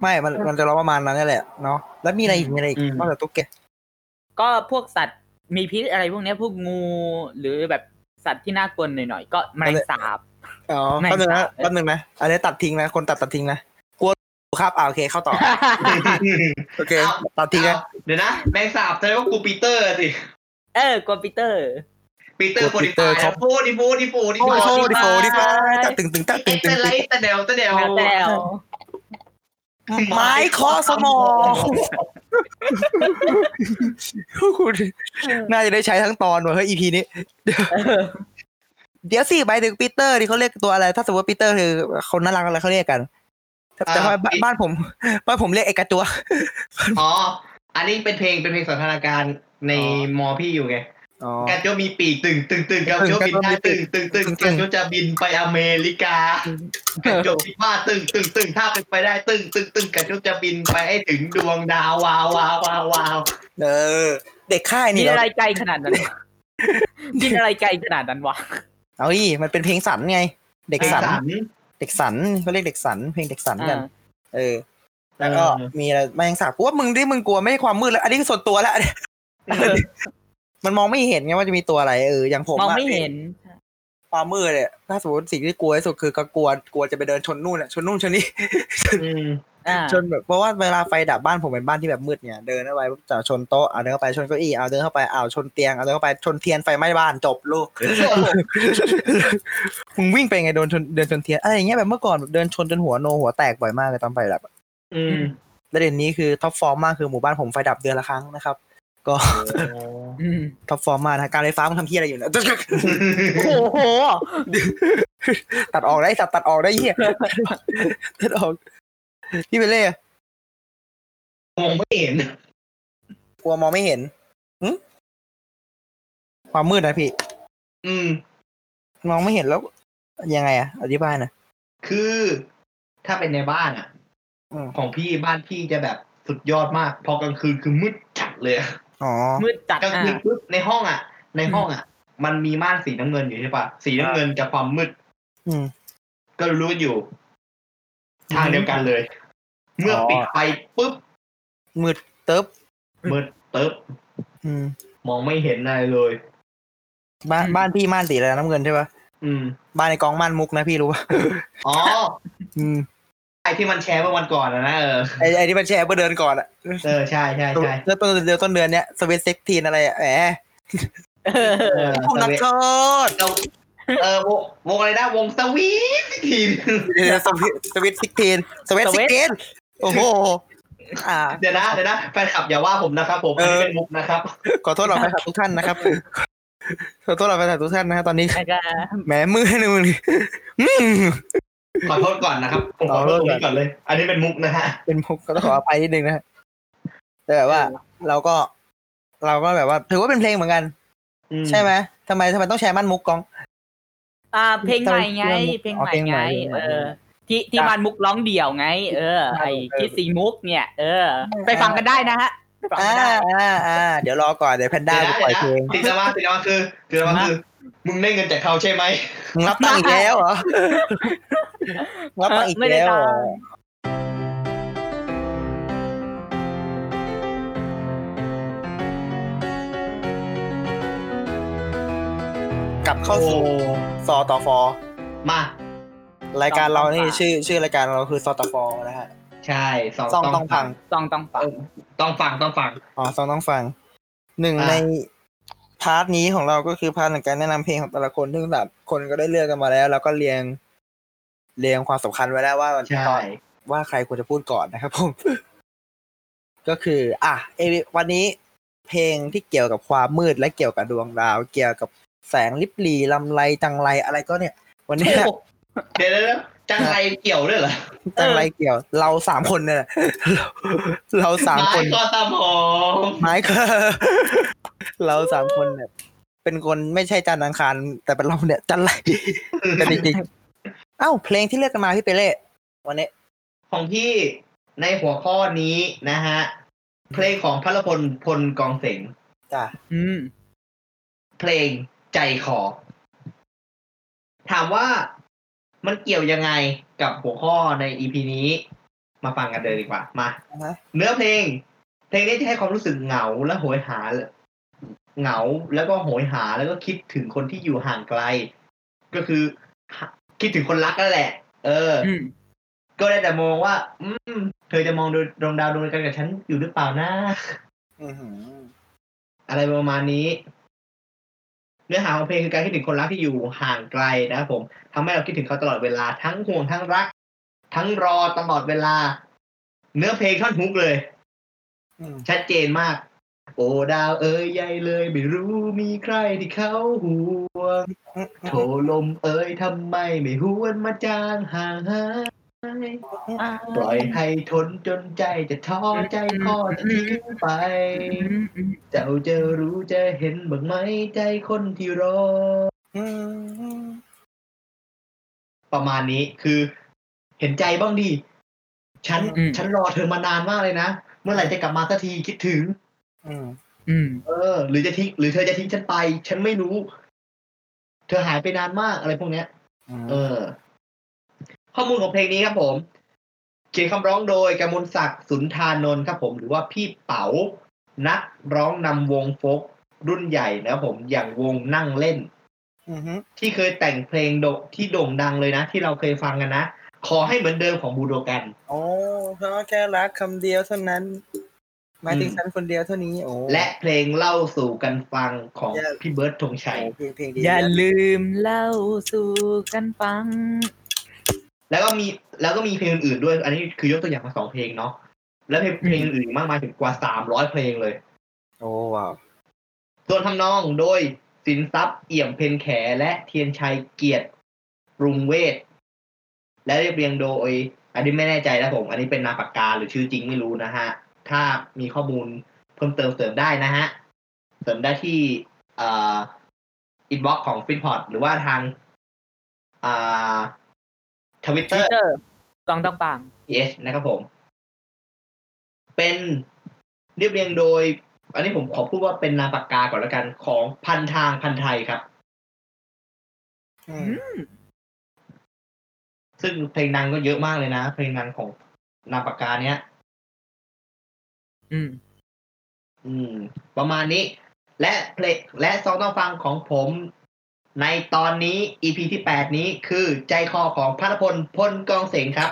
[SPEAKER 1] ไม่ มัน มันจะร้องประมาณนั้นนี่แหละ เนาะ แล้วมีอะไรอีก มีอะไรอีก
[SPEAKER 2] อืม
[SPEAKER 1] นอกจากตุ๊กแก
[SPEAKER 3] ก็พวกสัตว์มีพิษอะไรพวกเนี้ยพวกงูหรือแบบสัตว์ที่น่ากลัวหน่อยๆก็แมลงสาบ
[SPEAKER 1] อ๋อ
[SPEAKER 3] ไม่
[SPEAKER 1] แป๊บนึง
[SPEAKER 3] ทรา
[SPEAKER 1] นะ
[SPEAKER 3] บ
[SPEAKER 1] แป๊บนึงนะ อันนี้ตัดทิ้งนะ คนตัดตัดทิ้งนะ กลัวครับอ่าโอเค [LAUGHS] เข้าต่อ โอเค
[SPEAKER 2] เอา
[SPEAKER 1] ตัดทิ้งนะ
[SPEAKER 2] เดี๋ยวนะแมงสาบแสดงว่ากูปีเตอร์สิ
[SPEAKER 3] เออกลัวปีเตอร์
[SPEAKER 2] ปีเตอร์โปรดิ
[SPEAKER 1] กูปีเตอ
[SPEAKER 2] ฟา
[SPEAKER 1] ร์
[SPEAKER 2] ย
[SPEAKER 1] ครับ
[SPEAKER 2] โปรดิโปรดิโปรดิ
[SPEAKER 1] โอ้
[SPEAKER 2] โปร
[SPEAKER 1] ย
[SPEAKER 2] ดิ
[SPEAKER 1] โทษดิโฟดิโฟ
[SPEAKER 3] บ๊ายบาย
[SPEAKER 1] ตัดตึงตึงตัดตึงตึ
[SPEAKER 2] แต่
[SPEAKER 1] ง
[SPEAKER 2] ไร
[SPEAKER 1] ตึง
[SPEAKER 2] แต่เดวแต่เดว
[SPEAKER 3] แต้ว
[SPEAKER 1] ไม้เคอสมองน่าจะได้ใช้ทั้งตอนว่ะเฮ้ย EP นี้
[SPEAKER 3] เออ
[SPEAKER 1] เดี๋ยวสิไปถึงปีเตอร์ที่เขาเรียกตัวอะไร ถ้าสมมติว่าปีเตอร์คือคนน่ารักอะไรเขาเรียกกัน แต่แต่ว่าบ้านบ้านผมบ้านผมเรียกไอ้กระจัว
[SPEAKER 2] อ๋อ อันนี้เป็นเพลงเป็นเพลงสันทนาการใน
[SPEAKER 1] อ๋อ
[SPEAKER 2] มอพี่อยู่ไง
[SPEAKER 1] อ๋อ
[SPEAKER 2] กาโจมีปีกตึงตึงตึงกาโจบินได้ตึงตึงตึง
[SPEAKER 1] ตึ
[SPEAKER 2] กาง โจจะบินไปอเมริกากาโจคิดว่าตึงตึงตึงถ้าเป็นไปได้ตึงตึงตึงกาโจจะบินไปให้ถึงดวงดาววาววาววาววาว
[SPEAKER 1] เออ เด็กค่าย
[SPEAKER 3] กิ
[SPEAKER 1] นี่
[SPEAKER 3] น
[SPEAKER 1] เหร
[SPEAKER 3] อะไร
[SPEAKER 1] อ
[SPEAKER 3] ไกลขนาดนั้น
[SPEAKER 1] [LAUGHS]
[SPEAKER 3] วะกินอะไรไกลขนาดนั้นวะ
[SPEAKER 1] เอาอีมันเป็นเพลงสันไง เด็กสัน
[SPEAKER 2] ไอ้สัน
[SPEAKER 1] เด็กสันเขาเรียกเด็กสัน เพลงเด็กสันกัน เออ
[SPEAKER 2] แล้
[SPEAKER 1] แล้ว ว
[SPEAKER 2] ก็
[SPEAKER 1] ก็มีอะไรแมลงสาบกูว่ามึงที่มึงกลัวไม่ใช่ความมืดแล้ว อันนี้คือส่วนตัวแล้ว [LAUGHS] อันนี้มันมองไม่เห็นไงว่าจะมีตัวอะไรเอออย่างผม
[SPEAKER 3] มอง
[SPEAKER 1] อะ
[SPEAKER 3] ไม่เห็น
[SPEAKER 1] ความมืดเนี่ยถ้าสมมติสิ่งที่กลัวที่สุดคือก็กลัวกลัวจะไปเดินชนนู่นน่ะชนนู่นชนนี่
[SPEAKER 2] อืม
[SPEAKER 3] อ่า
[SPEAKER 1] ชนแบบเพราะว่าเวลาไฟดับบ้านผมเป็นบ้านที่แบบมืดเนี่ยเดินเข้าไปปุ๊บจะชนโต๊ะเอาเดินเข้าไปชนเก้าอี้เอาเดินเข้าไปเอาชนเตียงเอาเดินเข้าไปชนเทียนไฟไหม้บ้านจบลูก มึงวิ่งไปไงโดนชนเดินชนเทียนอะไรอย่างเงี้ยแบบเมื่อก่อนแบบเดินชนจนหัวโนหัวแตกบ่อยมากเลยตอนไฟดับอะ
[SPEAKER 2] อืม
[SPEAKER 1] ประเด็นนี้คือท็อปฟอร์มมากคือหมู่บ้านผมไฟดับเดือนละครั้งนะครับ ก็
[SPEAKER 3] อืม
[SPEAKER 1] ท็อปฟอร์มมากนะการไฟฟ้ามันทำเฮียอะไรอยู่นะ
[SPEAKER 3] โอ้โห
[SPEAKER 1] [LAUGHS] ตัดออกได้สับตัดออกได้เฮีย ตัดออกพี่เบลเล่อะ
[SPEAKER 2] มองไม่เห็น
[SPEAKER 1] กลัวมองไม่เห็นหึความมืดนะพี่
[SPEAKER 2] อืม
[SPEAKER 1] มองไม่เห็นแล้ว ยังไงอะอธิบายหนะ
[SPEAKER 2] คือถ้าเป็นในบ้านอ่ะ
[SPEAKER 1] อืม
[SPEAKER 2] ของพี่บ้านพี่จะแบบสุดยอดมาก พอกลางคืนคือมืดจัดเลยอะ
[SPEAKER 1] อ๋อ
[SPEAKER 3] มืดจัด
[SPEAKER 2] กลาง
[SPEAKER 3] อ่ะ
[SPEAKER 2] คืนปุ๊บในห้องอ่ะ ในห้องอ่ะ มันมีม่านสีน้ำเงินอยู่ใช่ปะสีน้ำเงินกับความมืด
[SPEAKER 1] อืม
[SPEAKER 2] ก็รู้กันอยู่ ทางเดียวกันเลย เมื่อปิดไฟปุ๊บ
[SPEAKER 1] มืดเติบ
[SPEAKER 2] มืดเติบ
[SPEAKER 1] อืม
[SPEAKER 2] มองไม่เห็นอะไรเลย
[SPEAKER 1] บ้าน
[SPEAKER 3] อืม
[SPEAKER 1] บ้านพี่ม่านสีอะไรนะน้ำเงินใช่ปะ
[SPEAKER 2] อืม
[SPEAKER 1] บ้านในกองม่านมุกนะพี่รู้ปะ
[SPEAKER 2] อ๋อ
[SPEAKER 1] อืม
[SPEAKER 2] ไอที่มันแชร์เมื่อวันก่อนอะนะเออ
[SPEAKER 1] ไอ้ไอ้ที่มันแชร์เมื่อเดินก่อนอะ
[SPEAKER 2] เออใช่ใช่ใช่
[SPEAKER 1] เดือนต้นเดือนเนี้ยสวีทเซ็กทีนอะไรอะแหม
[SPEAKER 3] เออ
[SPEAKER 2] เออ
[SPEAKER 1] พวกนักโทษ
[SPEAKER 2] เออวงวงอะไรนะวงสวีททีม
[SPEAKER 1] เดี๋ยวสวิตสวิตซิกเทนสวิตซิกเทนโอ้โหอ่า
[SPEAKER 2] เดี๋ยวนะเดี๋ยวนะแฟนคลับอย่าว่าผมนะครับ ผม
[SPEAKER 1] เอ
[SPEAKER 2] อัน
[SPEAKER 1] อ
[SPEAKER 2] นี้เป็นมุกนะครับ
[SPEAKER 1] ขอโทษเราแฟนคลับทุกท่านนะครับขอโทษเราแฟนคลับทุกท่านนะฮะตอนนี้
[SPEAKER 3] แล้วก็
[SPEAKER 1] แหมมือห [LAUGHS] นึ่งอืม
[SPEAKER 2] ขอโทษก่อนนะครับ ผมขอโทษตรงนี้ก่อนเลย อันนี้เป็นมุกนะฮะ
[SPEAKER 1] เป็นมุกก็ต้องขออภัยนิดนึงนะฮะแต่แบบว่าเราก็ เราก็แบบว่าถือว่าเป็นเพลงเหมือนกัน
[SPEAKER 2] อื
[SPEAKER 1] ใช่ไหมทำไมทำไมต้องแชร์มั่นมุกกอง
[SPEAKER 3] อ่าเพลงใหม่ไง เพลงใหม่
[SPEAKER 1] อ๋อเพลงให
[SPEAKER 3] ไง
[SPEAKER 1] ม่
[SPEAKER 3] เออ ที่ที่มันมุกร้องเดี่ยวไง เออ ไอ้ที่สีมุกเนี่ย เออ ไปฟังกันได้นะฮะไปฟัง
[SPEAKER 1] อ่า
[SPEAKER 3] กันได้
[SPEAKER 1] อ่าอ่าเดี๋ยวรอก่อนเดี๋ยวแพนด้า
[SPEAKER 2] เดี๋ยว
[SPEAKER 1] จะ
[SPEAKER 2] นะ
[SPEAKER 1] ปล่อย
[SPEAKER 2] เดี๋ยว
[SPEAKER 1] เพลง
[SPEAKER 2] นะติดตามมาติดตามมาคือติดตามมาคือมึงได้เงินจากเขาใช่ไหม
[SPEAKER 1] มึงรับตังค์อีกแล้วเหรอมึงรับตังค์อีก
[SPEAKER 3] ไม่ได้
[SPEAKER 1] แล้วเหรอ
[SPEAKER 3] ตังค์
[SPEAKER 1] กลับเข้าสู่ซอต่อฟอ
[SPEAKER 2] มา
[SPEAKER 1] รายการเรานี่
[SPEAKER 3] ต้องฟัง
[SPEAKER 1] ชื่อชื่อรายการเราคือซอต่อฟอนะฮะ
[SPEAKER 2] ใช่สอง
[SPEAKER 1] ซองต้องฟัง
[SPEAKER 3] ต้องต้องฟัง
[SPEAKER 2] ต้องฟังต้องฟัง
[SPEAKER 1] อ๋อซองต้องฟัง หนึ่ง
[SPEAKER 2] อ่ะ
[SPEAKER 1] ในพาร์ทนี้ของเราก็คือพาร์ทของการแนะนำเพลงของแต่ละคนซึ่งแบบคนก็ได้เลือกกันมาแล้ว แล้วก็เรียง เรียงความสำคัญไว้แล้วว่า
[SPEAKER 2] ใช่
[SPEAKER 1] ตอนว่าใครควรจะพูดก่อนนะครับผม [LAUGHS] ก็คือ อ่ะเอริวันนี้เพลงที่เกี่ยวกับความมืดและเกี่ยวกับดวงดาว เกี่ยวกับแสงลิบหลีลำไรจังไรอะไรก็เนี่ย วันเนี้ย
[SPEAKER 2] เดี๋ยวเดี๋ยวเดี๋ยวจังไรเกี่ยวด้วยเหรอ
[SPEAKER 1] จังไรเกี่ยว เราสามคนเนี่ยแหละเราสามคน
[SPEAKER 2] ไก็ตามหอม
[SPEAKER 1] ไม้ก็ เราสามคนเนี่ยเป็นคนไม่ใช่จันทร์อังคารแต่เป็นเราเนี่ยจันทร์ไหลกันจริงๆเอ้าเพลงที่เลือกกันมาพี่เปเล่วันนี้
[SPEAKER 2] ของพี่ในหัวข้อนี้นะฮะ เพลงของพระละพลพลกองเสง
[SPEAKER 1] จ้ะ
[SPEAKER 3] อืม
[SPEAKER 2] เพลงใจขอ ถามว่ามันเกี่ยวยังไงกับหัวข้อในอีพีนี้ มาฟังกันเลยดีกว่า มา
[SPEAKER 1] นะ
[SPEAKER 2] เนื้อเพลง เพลงนี้จะให้ความรู้สึกเหงาและโหยหา เหงาแล้วก็โหยหาแล้วก็คิดถึงคนที่อยู่ห่างไกล ก็คือคิดถึงคนรักนั่นแหละ เออ
[SPEAKER 3] อืม
[SPEAKER 2] ก็ได้แต่มองว่า อืมเธอจะมองดูดวงดาวดวงเดียวกันกับฉันอยู่หรือเปล่านะ
[SPEAKER 1] อื้อหือ
[SPEAKER 2] อะไรประมาณนี้ เนื้อหาของเพลงคือการคิดถึงคนรักที่อยู่ห่างไกลนะครับผมทำให้เราคิดถึงเขาตลอดเวลาทั้งห่วงทั้งรัก ทั้งรอตลอดเวลา เนื้อเพลงท่อนฮุกเลย
[SPEAKER 1] อืม
[SPEAKER 2] ชัดเจนมาก โอดาวเอ้ยใหญ่เลยไม่รู้มีใครที่เขาห่วงโถลมเอ้ยทำไมไม่หวนมาจางหาย ปล่อยให้ทนจนใจจะท้อใจพ่อจะทิ้งไป เจ้าจะรู้จะเห็นบ้างไหมใจคนที่รอ
[SPEAKER 1] อืม
[SPEAKER 2] ประมาณนี้คือเห็นใจบ้างดี ฉัน
[SPEAKER 3] อืม
[SPEAKER 2] ฉันรอเธอมานานมากเลยนะ เมื่อไหร่จะกลับมาสักทีคิดถึง
[SPEAKER 1] อืม
[SPEAKER 3] อืม
[SPEAKER 2] เออ หรือจะทิ้งหรือเธอจะทิ้งฉันไป ฉันไม่รู้ เธอหายไปนานมากอะไรพวกเนี้ย เออ ข้อมูลของเพลงนี้ครับผม เขียนคำร้องโดยกมลศักดิ์สุนทานนท์ครับผม หรือว่าพี่เป๋า นักร้องนำวงโฟกรุ่นใหญ่นะครับผม อย่างวงนั่งเล่น
[SPEAKER 1] อือหือ
[SPEAKER 2] ที่เคยแต่งเพลงโดที่โด่งดังเลยนะ ที่เราเคยฟังกันนะ ขอให้เหมือนเดิมของบูโดกัน
[SPEAKER 1] โอ้เพราะแค่รักคำเดียวเท่านั้นหมายถึง
[SPEAKER 2] อืม
[SPEAKER 1] ฉันคนเดียวเท่านี้โอ้
[SPEAKER 2] และเพลงเล่าสู่กันฟังของพี่เบิร์ดธงชัย
[SPEAKER 1] เพลงเพลงดี
[SPEAKER 3] อย่าลืมเล่าสู่กันฟัง
[SPEAKER 2] แล้วก็มีแล้วก็มีเพลงอื่นๆด้วย อันนี้คือยกตัวอย่างมาสองเพลงเนาะ แล้วเพลงเพลงอื่นๆอีกมากมายถึงกว่าสามร้อยเพลงเลย
[SPEAKER 1] โอ้ว้าว
[SPEAKER 2] ส่วนทำนองโดยสินทรัพย์เอี่ยมเพนแขและเทียนชัยเกียรติรุงเวท และเรียบเรียงโดย อันนี้ไม่แน่ใจนะผม อันนี้เป็นนามปากกาหรือชื่อจริงไม่รู้นะฮะ ถ้ามีข้อมูลเพิ่มเติมเสริมได้นะฮะ เสริมได้ที่เอ่ออินบ็อกของฟินพอดหรือว่าทางอ่าทวิตเตอร์
[SPEAKER 3] Twitter กองต้องฟัง
[SPEAKER 2] yes นะครับผม เป็นเรียบเรียงโดย อันนี้ผมขอพูดว่าเป็นนามปากกาก่อนแล้วกันของพันทางพันไทยครับ
[SPEAKER 1] อืม
[SPEAKER 2] ซึ่งเพลงดังก็เยอะมากเลยนะ เพลงดังของนามปากกาเนี้ย
[SPEAKER 3] อืม
[SPEAKER 2] อืม ประมาณนี้ และเพลงและซองต้องฟังของผมในตอนนี้ EP ที่แปดนี้คือใจคอของพัทพลพลกองเสงครับ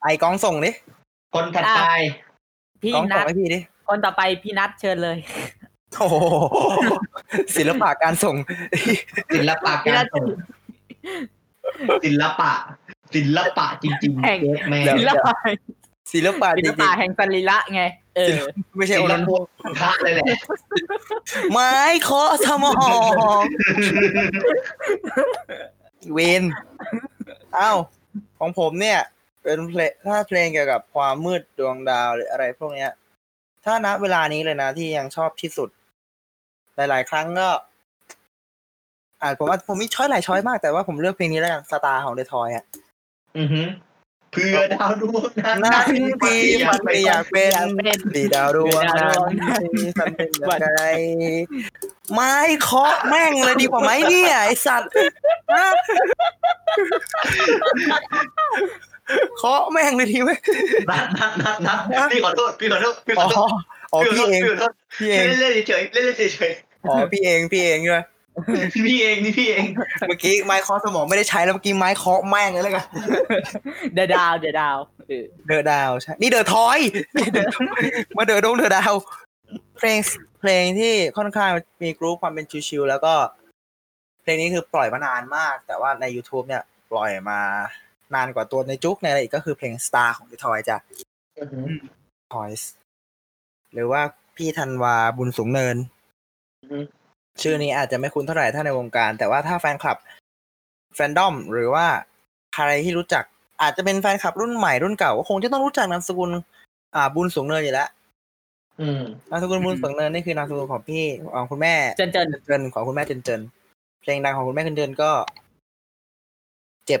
[SPEAKER 1] ไอกองส่งดิ
[SPEAKER 2] คนถัดไป
[SPEAKER 3] พี่
[SPEAKER 1] กองส่
[SPEAKER 3] นั
[SPEAKER 1] ง
[SPEAKER 3] ท
[SPEAKER 1] ให้พี่ดิ
[SPEAKER 3] คนต่อไปพี่นัทเชิญเลย
[SPEAKER 1] โอ้โหศิลปะการส่ง
[SPEAKER 2] ศิลปะการส่งศิลปะ ศิลปะจริงๆ
[SPEAKER 3] แห่ง
[SPEAKER 2] เจ๊แม่
[SPEAKER 1] เดี๋ยว
[SPEAKER 3] ศิลปะ
[SPEAKER 1] ศิลปะจ
[SPEAKER 3] ศิล
[SPEAKER 1] ริง
[SPEAKER 3] ปะแห่งสรีระไง เออ
[SPEAKER 1] ๆไม่ใช่
[SPEAKER 2] ศิ
[SPEAKER 1] โอ
[SPEAKER 2] ล
[SPEAKER 1] นัน
[SPEAKER 2] ปะพุทธะเลยแหละ
[SPEAKER 1] ไม้เคาะสมองเวนเอ้าของผมเนี่ย เป็นเพลงถ้าเพลงเกี่ยวกับความมืดดวงดาวหรืออะไรพวกเนี้ย ถ้านับเวลานี้เลยนะที่ยังชอบที่สุด หลาย ๆ ครั้งก็อ่าผมว่าผมมีช้อยหลายช้อยมากแต่ว่าผมเลือกเพลงนี้แล้วกันสตาของเดทอยอ่ะ
[SPEAKER 2] อือฮึเพื่อดาวดวงนั้น
[SPEAKER 1] นั้นที่มันไม่อยากเป็นดีดาวดวงนั้นที่มันเป็นอะไรไม้เคาะแม่งเลยดีกว่าไหมเนี่ยไอสัตว์ [LAUGHS] นะเคาะแม่งเลยดีไหม
[SPEAKER 2] นัดนัดนัดนัดพี่ขอโทษพี่ขอโทษพี่ข
[SPEAKER 1] อ๋
[SPEAKER 2] อ
[SPEAKER 1] อ
[SPEAKER 2] โทษ
[SPEAKER 1] อ๋อ
[SPEAKER 2] พี่ขอโท
[SPEAKER 1] พี่
[SPEAKER 2] ษพี่ขอโทษ
[SPEAKER 1] เองพี่เอง
[SPEAKER 2] เล่นๆเฉยๆเล่นๆเฉย
[SPEAKER 1] อ๋อพี่เองพี่เองด้วย
[SPEAKER 2] ๆพี่เองนี่พี่เอง
[SPEAKER 1] เมื่อกี้ไม้เคาะสมองไม่ได้ใช้แล้วเมื่อกี้ไม้เคาะแม่งเลยแล้วกัน
[SPEAKER 3] เดอะดาว เดอะดาวเออ
[SPEAKER 1] เดอะดาวใช่นี่เดอะทอยมาเดอะดงเดอะดาว เพลงเพลงที่ค่อนข้างมีกรุ๊ปความเป็นชิวๆแล้วก็ เพลงนี้คือปล่อยมานานมาก แต่ว่าใน YouTube เนี่ย ปล่อยมานานกว่าตัวในจุกในอะไรอีกก็คือเพลง Star ของพี่ทอยจ้ะ Toys หรือว่าพี่ธันวาบุญสูงเนิน
[SPEAKER 2] อือฮึ
[SPEAKER 1] ชื่อนี้อาจจะไม่คุ้นเท่าไหร่ถ้าในวงการ แต่ว่าถ้าแฟนคลับ แฟนดอม หรือว่าใครที่รู้จัก อาจจะเป็นแฟนคลับรุ่นใหม่รุ่นเก่าก็คงจะต้องรู้จักนามสกุลอ่าบุญสูงเนินอยู่แล้ว
[SPEAKER 2] อืม
[SPEAKER 1] นามสกุลบุญสังเนินนี่คือนามสกุลของพี่ของคุณแม่
[SPEAKER 3] เจนเจน
[SPEAKER 1] เจนของคุณแม่เจนเจนเพลงดังของคุณแม่เจนเจนก็ เจ็บ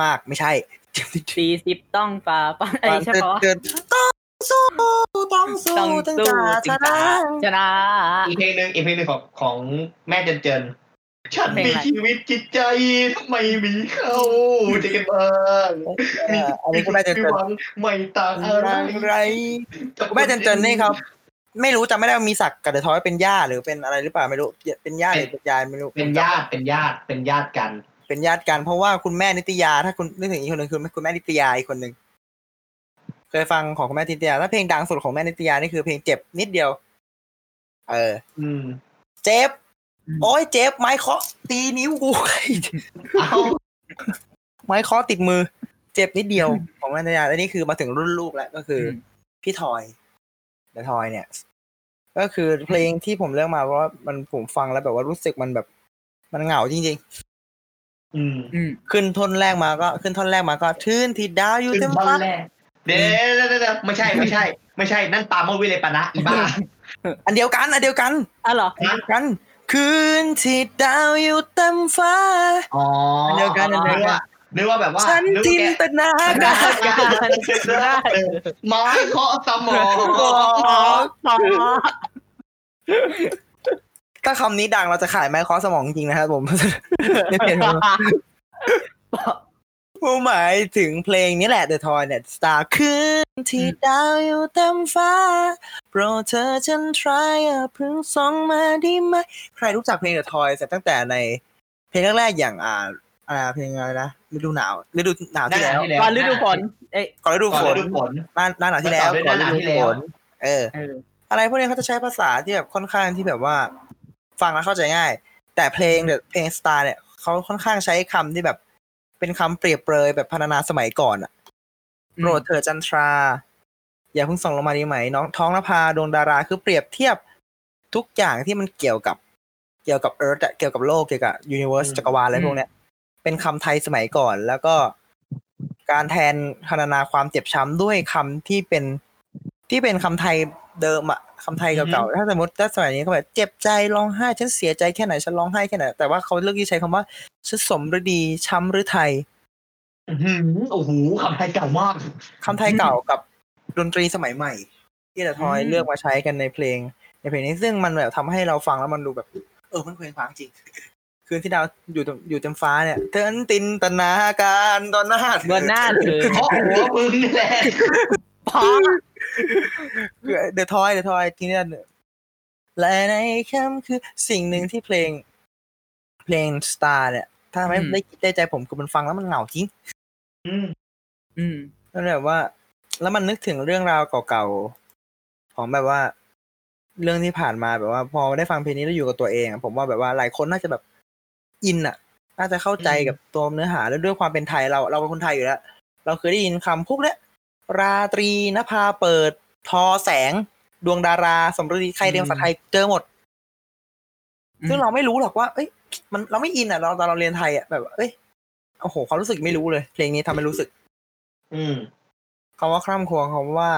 [SPEAKER 1] มากๆ ไม่ใช่เจ็บที่
[SPEAKER 3] สี่สิบต้องฟ้าฟ้าไอ้ยใช่ปะวะ
[SPEAKER 1] เจนต้องสู้ต้องสู้
[SPEAKER 3] ต้อง
[SPEAKER 1] ต้อง
[SPEAKER 3] สู้
[SPEAKER 1] กา
[SPEAKER 3] จึ
[SPEAKER 1] ช
[SPEAKER 3] งจะ
[SPEAKER 1] นะ
[SPEAKER 3] ชนะ
[SPEAKER 2] อีกเพลงหนึ่งอีกเพลงหนึ่งของของแม่เจนเจนฉัน
[SPEAKER 3] เพล
[SPEAKER 2] มี
[SPEAKER 3] งอะไร
[SPEAKER 2] ชีวิตจิตใจทำไมมีเขาจะกันบ้าง
[SPEAKER 1] เอ่ออันนี้คุณแม่เจนเจน
[SPEAKER 2] หวังไม่ต่างอะไร
[SPEAKER 1] อะไรคุณแม่เจนเจนนี่ครับ ไม่รู้จำไม่ได้ว่ามีศักดิ์กับเดอะทอยเป็นย่าหรือเป็นอะไรหรือเปล่าไม่รู้เป็นย่าหรือเป็นยายไม่รู้
[SPEAKER 2] เป็นญาติเป็นญาติเป็นญาติกัน
[SPEAKER 1] เป็นญาติกันเพราะว่าคุณแม่นิตยา ถ้าคุณนึกถึงอีกคนหนึ่งคือคุณแม่นิตยาอีกคนหนึ่งเคยฟังของคุณแม่นิตยาถ้าเพลงดังสุดของแม่นิตยานี่คือเพลงเจ็บนิดเดียว เออ
[SPEAKER 2] อืม
[SPEAKER 1] เจ็บโอ้ยเจ็บไม้เคาะตีนิ้วกู
[SPEAKER 2] เอา
[SPEAKER 1] ไม้เคาะติดมือ เจ็บนิดเดียว ของแม่นิตยาแล้วนี่คือมาถึงรุ่นลูกแล้วก็คืออ
[SPEAKER 3] ม
[SPEAKER 1] พี่ทอยเดอะทอยเนี่ย ก็คือเพลงที่ผมเลือกมาเพราะว่ามันผมฟังแล้วแบบว่ารู้สึกมันแบบ มันเหงาจริง ๆ
[SPEAKER 2] อืม
[SPEAKER 3] อืม
[SPEAKER 1] ขึ้นท่อนแรกมาก็ขึ้นท่อนแรกมาก็ทื่นที่ดาวอยู่
[SPEAKER 2] ขึ้
[SPEAKER 1] เต็
[SPEAKER 2] น
[SPEAKER 1] ม
[SPEAKER 2] บ้า
[SPEAKER 1] ฟ้าน
[SPEAKER 2] แรกเดี๋ยวๆๆๆไม่ใช่ไม่ใช่ ไม่ใช่นั่นปาโมวิเลยปะนะอีบ้า
[SPEAKER 1] อันเดียวกันอันเดียวกัน
[SPEAKER 3] อ่ะเหรอ
[SPEAKER 1] อันเดียวกันคืนที่ดาวอยู่เต็มฟ้า
[SPEAKER 2] อ๋อ
[SPEAKER 1] เดียวกันอันเดียวกัน
[SPEAKER 2] นึกว่าแบบว่า
[SPEAKER 1] ฉัน
[SPEAKER 2] นึก
[SPEAKER 1] จิ
[SPEAKER 2] ว่านแก
[SPEAKER 1] ตนาการ
[SPEAKER 2] ไม้เคาะสมอง
[SPEAKER 1] ถ้าคำนี้ดังเราจะขายไม้เคอสมองจริงนะครับผม [LAUGHS] ไม่เปลี่ยนผมผมหมายถึงเพลงนี้แหละ The Toy เนี่ย Star คืนที่ดาวอยู่เต็มฟ้า โปรดเธอฉันทรายอย่าเพึ่งสองมาได้ไหม ใครรู้จักเพลง The Toy แต่ตั้งแต่ในเพลงแรกๆอย่างอ่า อ่าเพลงอะไรนะฤดูหนาวฤดูหนาวที่แล้ว
[SPEAKER 3] ก่อนฤดูฝนเอ้ย
[SPEAKER 1] ก่อนฤดู
[SPEAKER 2] ก่อ
[SPEAKER 1] ฝ
[SPEAKER 2] น
[SPEAKER 1] น
[SPEAKER 2] ฤดูฝน
[SPEAKER 1] หน้าหน้าหนาวที่แล้ว
[SPEAKER 2] ต่อด้วยหน้าหนาวที่แล้ว
[SPEAKER 1] เออ
[SPEAKER 3] เออ
[SPEAKER 1] อะไรพวกนี้เขาจะใช้ภาษาที่แบบค่อนข้างที่แบบว่า ฟังแล้วเข้าใจง่าย แต่เพลงเนี่ยเพลงสไตล์เนี่ยเขาค่อนข้างใช้คำที่แบบ เป็นคำเปรียบเปรยแบบพรรณนาสมัยก่อนอะ
[SPEAKER 3] อืม
[SPEAKER 1] โปรดเถิดจันทรา อย่าเพิ่งส่งลงมาดีไหม น้องท้องนภาดวงดาราคือเปรียบเทียบทุกอย่างที่มันเกี่ยวกับ เกี่ยวกับเอิร์ธเกี่ยวกับโลกเกี่ยวกับยูนิเวอร์สจักรวาลอะไรพวกเนี้ย เป็นคำไทยสมัยก่อน แล้วก็การแทนพรรณนาความเจ็บช้ำด้วยคำที่เป็นที่เป็นคำไทยเดิมอะคำไทย
[SPEAKER 2] อือ
[SPEAKER 1] เก่า
[SPEAKER 2] ฮึ
[SPEAKER 1] ๆถ้าสมมติถ้าสมัยนี้เขาแบบเจ็บใจร้องไห้ฉันเสียใจแค่ไหนฉันร้องไห้แค่ไหนแต่ว่าเขาเลือกที่ใช้คำว่าฉันสมฤดีช้ำหรือไทย
[SPEAKER 2] อื้อหือโอ้โหคำไทยเก่ามาก
[SPEAKER 1] คำไทยเก่ากับดนตรีสมัยใหม่ ที่แต่ทอย
[SPEAKER 3] อืม
[SPEAKER 1] เลือกมาใช้กันในเพลง ในเพลงนี้ซึ่งมันแบบทำให้เราฟังแล้วมันดูแบบ เออมันเพลงฟังจริง คืนที่ดาวอยู่ตรงอยู่เต็มฟ้าเนี่ยเตือนตินตนาการตอนหน้าธอ
[SPEAKER 3] เบอร์หน้าคือ
[SPEAKER 2] เคาะหัวมึงนี่แหละ
[SPEAKER 3] พอ
[SPEAKER 1] เดอะทอยเดอะทอยที่นี่และในค่ำคือสิ่งหนึ่งที่เพลง เพลงสตาร์เนี่ย ถ้าไม่ได้คิดได้ใจผมคือมันฟังแล้วมันเหงาจริง
[SPEAKER 2] อืม
[SPEAKER 3] อืม
[SPEAKER 1] มันแบบว่า แล้วมันนึกถึงเรื่องราวเก่าๆ ของแบบว่า เรื่องที่ผ่านมาแบบว่า พอได้ฟังเพลงนี้แล้วอยู่กับตัวเองอะผมว่าแบบว่าหลายคนน่าจะแบบอินอ่ะ น่าจะเข้าใจกับตัวเนื้อหาแล้วด้วยความเป็นไทยเราเราเป็นคนไทยอยู่แล้ว เราเคยได้ยินคำพวกเนี้ยราตรีนภาเปิด ทอแสง ดวงดาราสมฤดีใครเรียนภาษาไทยเจอหมด
[SPEAKER 3] อืม
[SPEAKER 1] ซึ่งเราไม่รู้หรอกว่า เอ้ย มันเราไม่อินอ่ะ เราตอนเราเรียนไทยอ่ะแบบ เอ้ย โอ้โห ความรู้สึกไม่รู้เลย เพลงนี้ทำให้รู้สึก
[SPEAKER 2] อืม
[SPEAKER 1] คำว่าคร่ำครวญคำว่า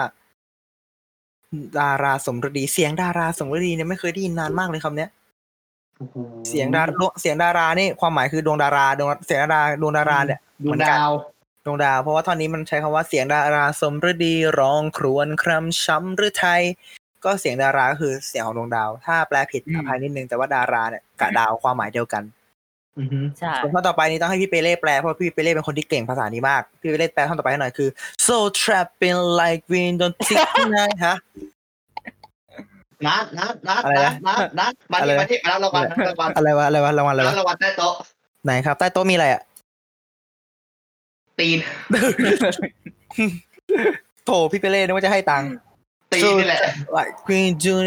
[SPEAKER 1] ดาราสมฤดี เสียงดาราสมฤดีเนี่ยไม่เคยได้ยินนานมากเลยคำเนี้ย
[SPEAKER 2] โอ้โห
[SPEAKER 1] เสียงดาราเสียงดารานี่ความหมายคือดวงดาราดวงเสียงดาราดวงดาราเนี่ย
[SPEAKER 2] ดวงดาว
[SPEAKER 1] ดวงดาวเพราะว่าท่อนนี้มันใช้คำว่าเสียงดาราสมฤดีร้องครวญคร่ำช้ำหรือไทย ก็เสียงดาราก็คือเสียงของดวงดาว ถ้าแปลผิด
[SPEAKER 3] อืม
[SPEAKER 1] อภัยนิดนึงแต่ว่าดาราเนี่ยกะดาวความหมายเดียวกัน
[SPEAKER 2] อือหือ
[SPEAKER 3] ใช่
[SPEAKER 1] ส่วนข้อต่อไปนี้ต้องให้พี่เปเล่แปลเพราะพี่เปเล่เป็นคนที่เก่งภาษานี้มาก พี่เปเล่แปลท่อนต่อไปให้หน่อยคือ so trapping like wind [LAUGHS] on t i c k night ฮะ
[SPEAKER 2] นัดนัดนัด
[SPEAKER 1] อะไร
[SPEAKER 2] นั
[SPEAKER 1] นะ
[SPEAKER 2] ดนัดนัดมา
[SPEAKER 1] อะไร
[SPEAKER 2] ที่มาที่
[SPEAKER 1] นะ
[SPEAKER 2] มาแล้วรางวัลรางวัล
[SPEAKER 1] อะไรวะอะไรวะรางวัลอะไร
[SPEAKER 2] แล้ว
[SPEAKER 1] วะ
[SPEAKER 2] รางวัลใต้โต๊ะ
[SPEAKER 1] ไหนครับใต้โต๊ะมีอะไรอ่ะ
[SPEAKER 2] ตีน
[SPEAKER 1] โถพี่เปเล่นึกว่าจะให้ตังค์
[SPEAKER 2] ตีนนี่แหละ
[SPEAKER 1] like Queen June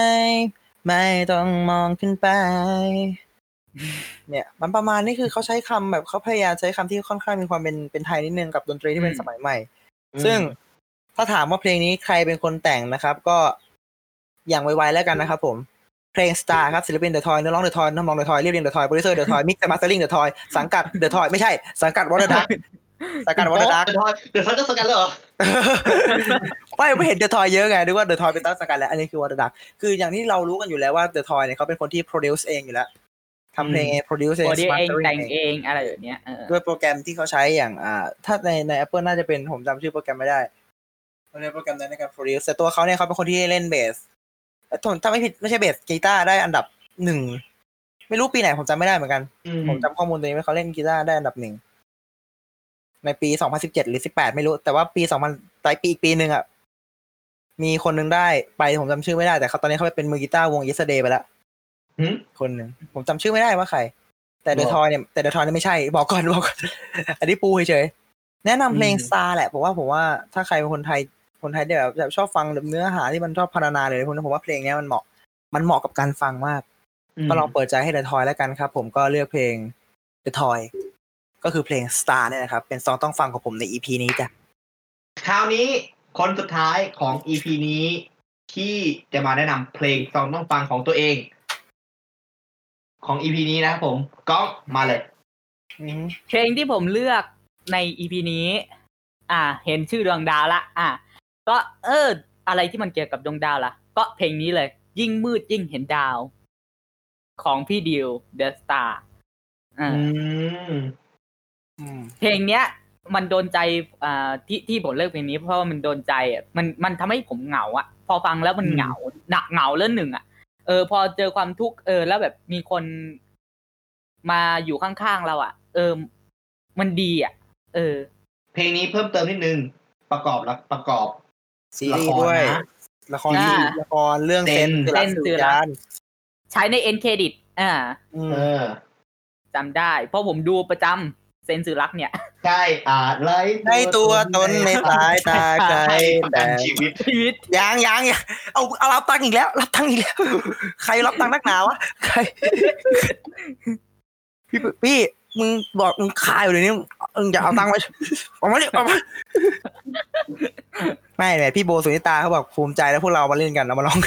[SPEAKER 1] 69ไม่ต้องมองขึ้นไป เนี่ย มันประมาณนี้คือเขาใช้คำแบบเขาพยายามใช้คำที่ค่อนข้างมีความเป็นเป็นไทยนิดนึงกับดนตรีที่เป็นสมัยใหม่ ซึ่งถ้าถามว่าเพลงนี้ใครเป็นคนแต่งนะครับ ก็อย่างไวๆแล้วกันนะครับผมเพลงสตาร์ครับศิลปินเดอะทอยเนื้อร้องเดอะทอยน้ำมองเดอะทอยเรียบเรียงเดอะทอยโปรดิวเซอร์เดอะทอยมิกซ์มาสเตอร์ลิงเดอะทอยสังกัดเดอะทอยไม่ใช่ สังกัดวอเตอร์ดักสังกัดวอเตอร์ดัก
[SPEAKER 2] เดือดร้อนเดือดร้อนจะสกันเลยเหรอ
[SPEAKER 1] [LAUGHS] ไม่ไม่เห็นเดอะทอยเยอะไงนึกว่าเดอะทอยเป็นต้นสังกัดแล้ว อันนี้คือวอร์ดักคืออย่างที่เรารู้กันอยู่แล้วว่าเดอะทอยเนี่ยเขาเป็นคนที่โปรดิวซ์เองอยู่แล้วทำเพลงเองโปรดิวซ์เอง
[SPEAKER 3] ตัวดีเอง
[SPEAKER 1] mastering
[SPEAKER 3] แต่งเองอะไรอย่างเงี้ยเออ
[SPEAKER 1] ด้วยโปรแกรมที่เขาใช้อย่างอ่า ถ้าในใน Apple น่าจะเป็นผมจำชื่อโปรแกรมไม่ได้มันเป็นโปรแกรมนั้นในการโปรดิวซ์แต่ตัวเขาเนี่ยเขาเป็นคนที่เล่นเบสเอ้ยถ้าไม่ผิดไม่ใช่เบสกีตาร์ได้อันดับหนึ่งไม่รู้ปีไหนผมจำไม่ได้เหมือนกัน
[SPEAKER 2] อืม
[SPEAKER 1] ผมจำข้อมูลตัวนี้ไม่เขาเล่นกีตาร์ได้อันดับหนึ่งในปี 2017 หรือ 18 ไม่รู้ แต่ว่าปี 2000ปลายปีอีกปีหนึ่งอ่ะ มีคนหนึ่งได้ไปผมจำชื่อไม่ได้แต่เขาตอนนี้เขาไปเป็นมือกีตาร์วง yesterday ไปแล้ว
[SPEAKER 2] หืม
[SPEAKER 1] คนหนึ่งผมจำชื่อไม่ได้ว่าใคร แต่
[SPEAKER 2] ห
[SPEAKER 1] เด
[SPEAKER 2] ร
[SPEAKER 1] อะ
[SPEAKER 2] อ
[SPEAKER 1] ทอยเนี่ยแต่เดอะทอยเนี่ยไม่ใช่ บอกก่อนบอกก่อน อันนี้ปูเฉยๆแนะนำเพลง
[SPEAKER 2] อืม
[SPEAKER 1] ซาแหละผมว่าผมว่าถ้าใครเป็นคนไทยคนไทยที่แบบแบบชอบฟังเนื้อหาที่มันชอบพรรณนาเลยพวกนี้ผมว่าเพลงเนี้ยมันเหมาะมันเหมาะกับการฟังมาก ก็ลองเปิดใจให้เดอะทอยแล้วกันครับ ผมก็เลือกเพลง The Toy ก็คือเพลง Star เนี่ยนะครับ เป็นซองต้องฟังของผมใน EP นี้จ้ะ
[SPEAKER 2] คราวนี้คนสุดท้ายของ EP นี้ที่จะมาแนะนำเพลงซองต้องฟังของตัวเอง ของ EP นี้นะครับผมก็มาเลย
[SPEAKER 3] เพลงที่ผมเลือกในอีพีนี้ อ่า เห็นชื่อดวงดาวละ อ่า ก็เออ อะไรที่มันเกี่ยวกับดวงดาวล่ะ ก็เพลงนี้เลย ยิ่งมืดยิ่งเห็นดาว ของพี่ดิวเดอะสตาร์อ่า
[SPEAKER 2] อืม
[SPEAKER 3] เพลงเนี้ย มันโดนใจอ่าที่ที่ผมเลือกเพลงนี้ เพราะว่ามันโดนใจอะมันมันทำให้ผมเหงาอ่ะ พอฟังแล้วมัน
[SPEAKER 2] อืม
[SPEAKER 3] เหงาหนักเหงาเรื่องหนึ่งอ่ะเออ พอเจอความทุกข์เออ แล้วแบบมีคนมาอยู่ข้างๆเราอ่ะ เออ มันดีอ่ะ เออ
[SPEAKER 2] เพลงนี้เพิ่มเติมนิดนึง ประกอบละประกอบ
[SPEAKER 1] ซีรีส์ด้วย
[SPEAKER 2] ละครนะ
[SPEAKER 1] ละครซีรีส์
[SPEAKER 3] อ่า
[SPEAKER 1] ละครเรื่องเซน
[SPEAKER 2] เซน
[SPEAKER 1] คือรัก
[SPEAKER 3] เซน
[SPEAKER 1] สื่
[SPEAKER 3] คืออรั
[SPEAKER 1] กาก ร
[SPEAKER 3] ใช้ในเอ็นเครดิตอ่า
[SPEAKER 1] อืม
[SPEAKER 2] เออ
[SPEAKER 3] จำได้ เพราะผมดูประจำเซนสึรักเนี่ย [LAUGHS]
[SPEAKER 2] ใช่อาจไร
[SPEAKER 1] ได้ตัวตนในสายตาใคร
[SPEAKER 2] ใช่ประกั
[SPEAKER 1] แต่
[SPEAKER 2] นชีวิต
[SPEAKER 3] ชีวิต
[SPEAKER 1] ยังยังยังเอาเอารับตังค์อีกแล้ว รับตังค์อีกแล้ว ใครรับตังค์นักหนาวะใครพี่พี่มึงบอกมึงคายอยู่เลยวนี่มึงอย่าเอาตังค์ไว้ออกมาดิออกมาไม่เนี่ยพี่โบสุนิตาเขาบอกภูมิใจแล้วพวกเรามาเล่นกันเรามาลอง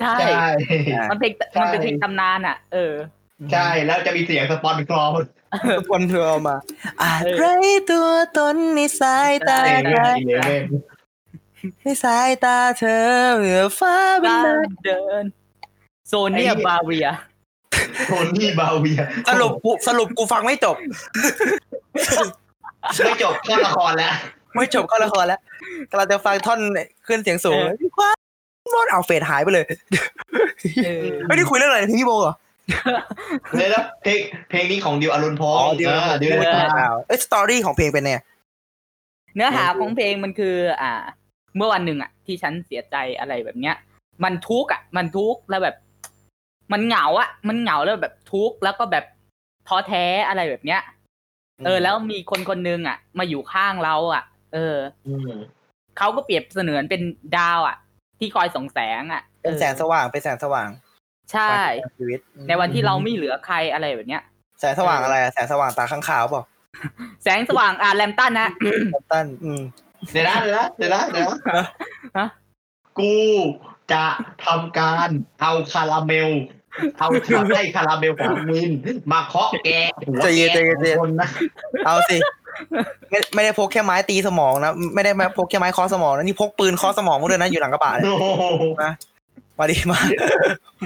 [SPEAKER 3] ใช่
[SPEAKER 2] ใช่
[SPEAKER 3] มันเป็น
[SPEAKER 2] ใช่
[SPEAKER 3] มันเป็นเพลงตำนานอ่ะ เออ
[SPEAKER 2] ใช่แล้วจะมีเสียงสปอนกรอน
[SPEAKER 1] ทุกคนเธอเอามาอาจไรตัวตนในสายตา
[SPEAKER 2] เซ
[SPEAKER 1] ใค
[SPEAKER 2] เว่
[SPEAKER 1] ร
[SPEAKER 2] นอีเลเว่น
[SPEAKER 1] ในสายตาเธอเหนือฟ้าเป็น
[SPEAKER 3] การ
[SPEAKER 1] เนิน
[SPEAKER 3] เดิน โซเนียบาเวีย
[SPEAKER 2] โทนี่บาเวีย
[SPEAKER 1] สรุปกูสรุปกูฟังไม่จบ
[SPEAKER 2] ไม่จบแค่ละครแล้ว
[SPEAKER 1] ไม่จบเข้าละครแล้วกำลังจะฟังท่อนขึ้นเสียงสูง
[SPEAKER 3] เออ
[SPEAKER 1] ว้าวมดเอาเฟดหายไปเลย
[SPEAKER 3] เออ
[SPEAKER 1] ไม่ได้คุยเรื่องอะไรพี่โบเหรอ
[SPEAKER 2] เลยนะเพลงเพลงนี้ของดิวอรุณพงศ์
[SPEAKER 1] เดี๋ยว
[SPEAKER 2] ออดิวอรุณ
[SPEAKER 1] เดี๋ยว
[SPEAKER 2] พงศ์
[SPEAKER 1] เอ้ยสตอรี่ของเพลงเป็นไง
[SPEAKER 3] เนื้อหาของเพลงมันคือ อ่า เมื่อวันหนึ่งอ่ะ ที่ฉันเสียใจอะไรแบบเนี้ย มันทุกข์อ่ะ มันทุกข์แล้วแบบ มันเหงาอ่ะ มันเหงาแล้วแบบทุกข์แล้วก็แบบท้อแท้อะไรแบบเนี้ย เออ แล้วมีคนคนหนึงอ่ะ มาอยู่ข้างเรา อ่ะ เออ
[SPEAKER 2] อืม
[SPEAKER 3] เขาก็เปรียบเสมือนเป็นดาวอ่ะ ที่คอยส่องแสงอ่ะ
[SPEAKER 1] เป็นแสงสว่างเป็นแสงสว่าง
[SPEAKER 3] ใช่
[SPEAKER 1] ของชีวิตอืม
[SPEAKER 3] ในวันที่เราไม่เหลือใครอะไรแบบเนี้ย
[SPEAKER 1] แสงสว่างอะไรอะแสงสว่างตาข้างขาวเปล่า
[SPEAKER 3] แสงสว่างอ่าแลมตันนะ
[SPEAKER 1] แลมตันอืม
[SPEAKER 2] เดี๋ยวนะเดี๋ยวนะเดี๋ยวนะเดี๋ยวนะ
[SPEAKER 3] ฮะ
[SPEAKER 2] กูจะทำการเอาคาราเมล เอาทำให้คาราเมลของมินมาเคาะแกหัว
[SPEAKER 1] ใจเย็น
[SPEAKER 2] แก
[SPEAKER 1] ใจเย็
[SPEAKER 2] ขอ
[SPEAKER 1] นใจเย็
[SPEAKER 2] น งคนนะ
[SPEAKER 1] เอาสิไม่ไม่ได้พกแค่ไม้ตีสมองนะไม่ได้พกแค่ไม้เคอสมองนะนี่พกปืนเคอสมองมาด้วยนะอยู่หลังกระบะเนี่ย
[SPEAKER 2] โอ้โห
[SPEAKER 1] มาดีมา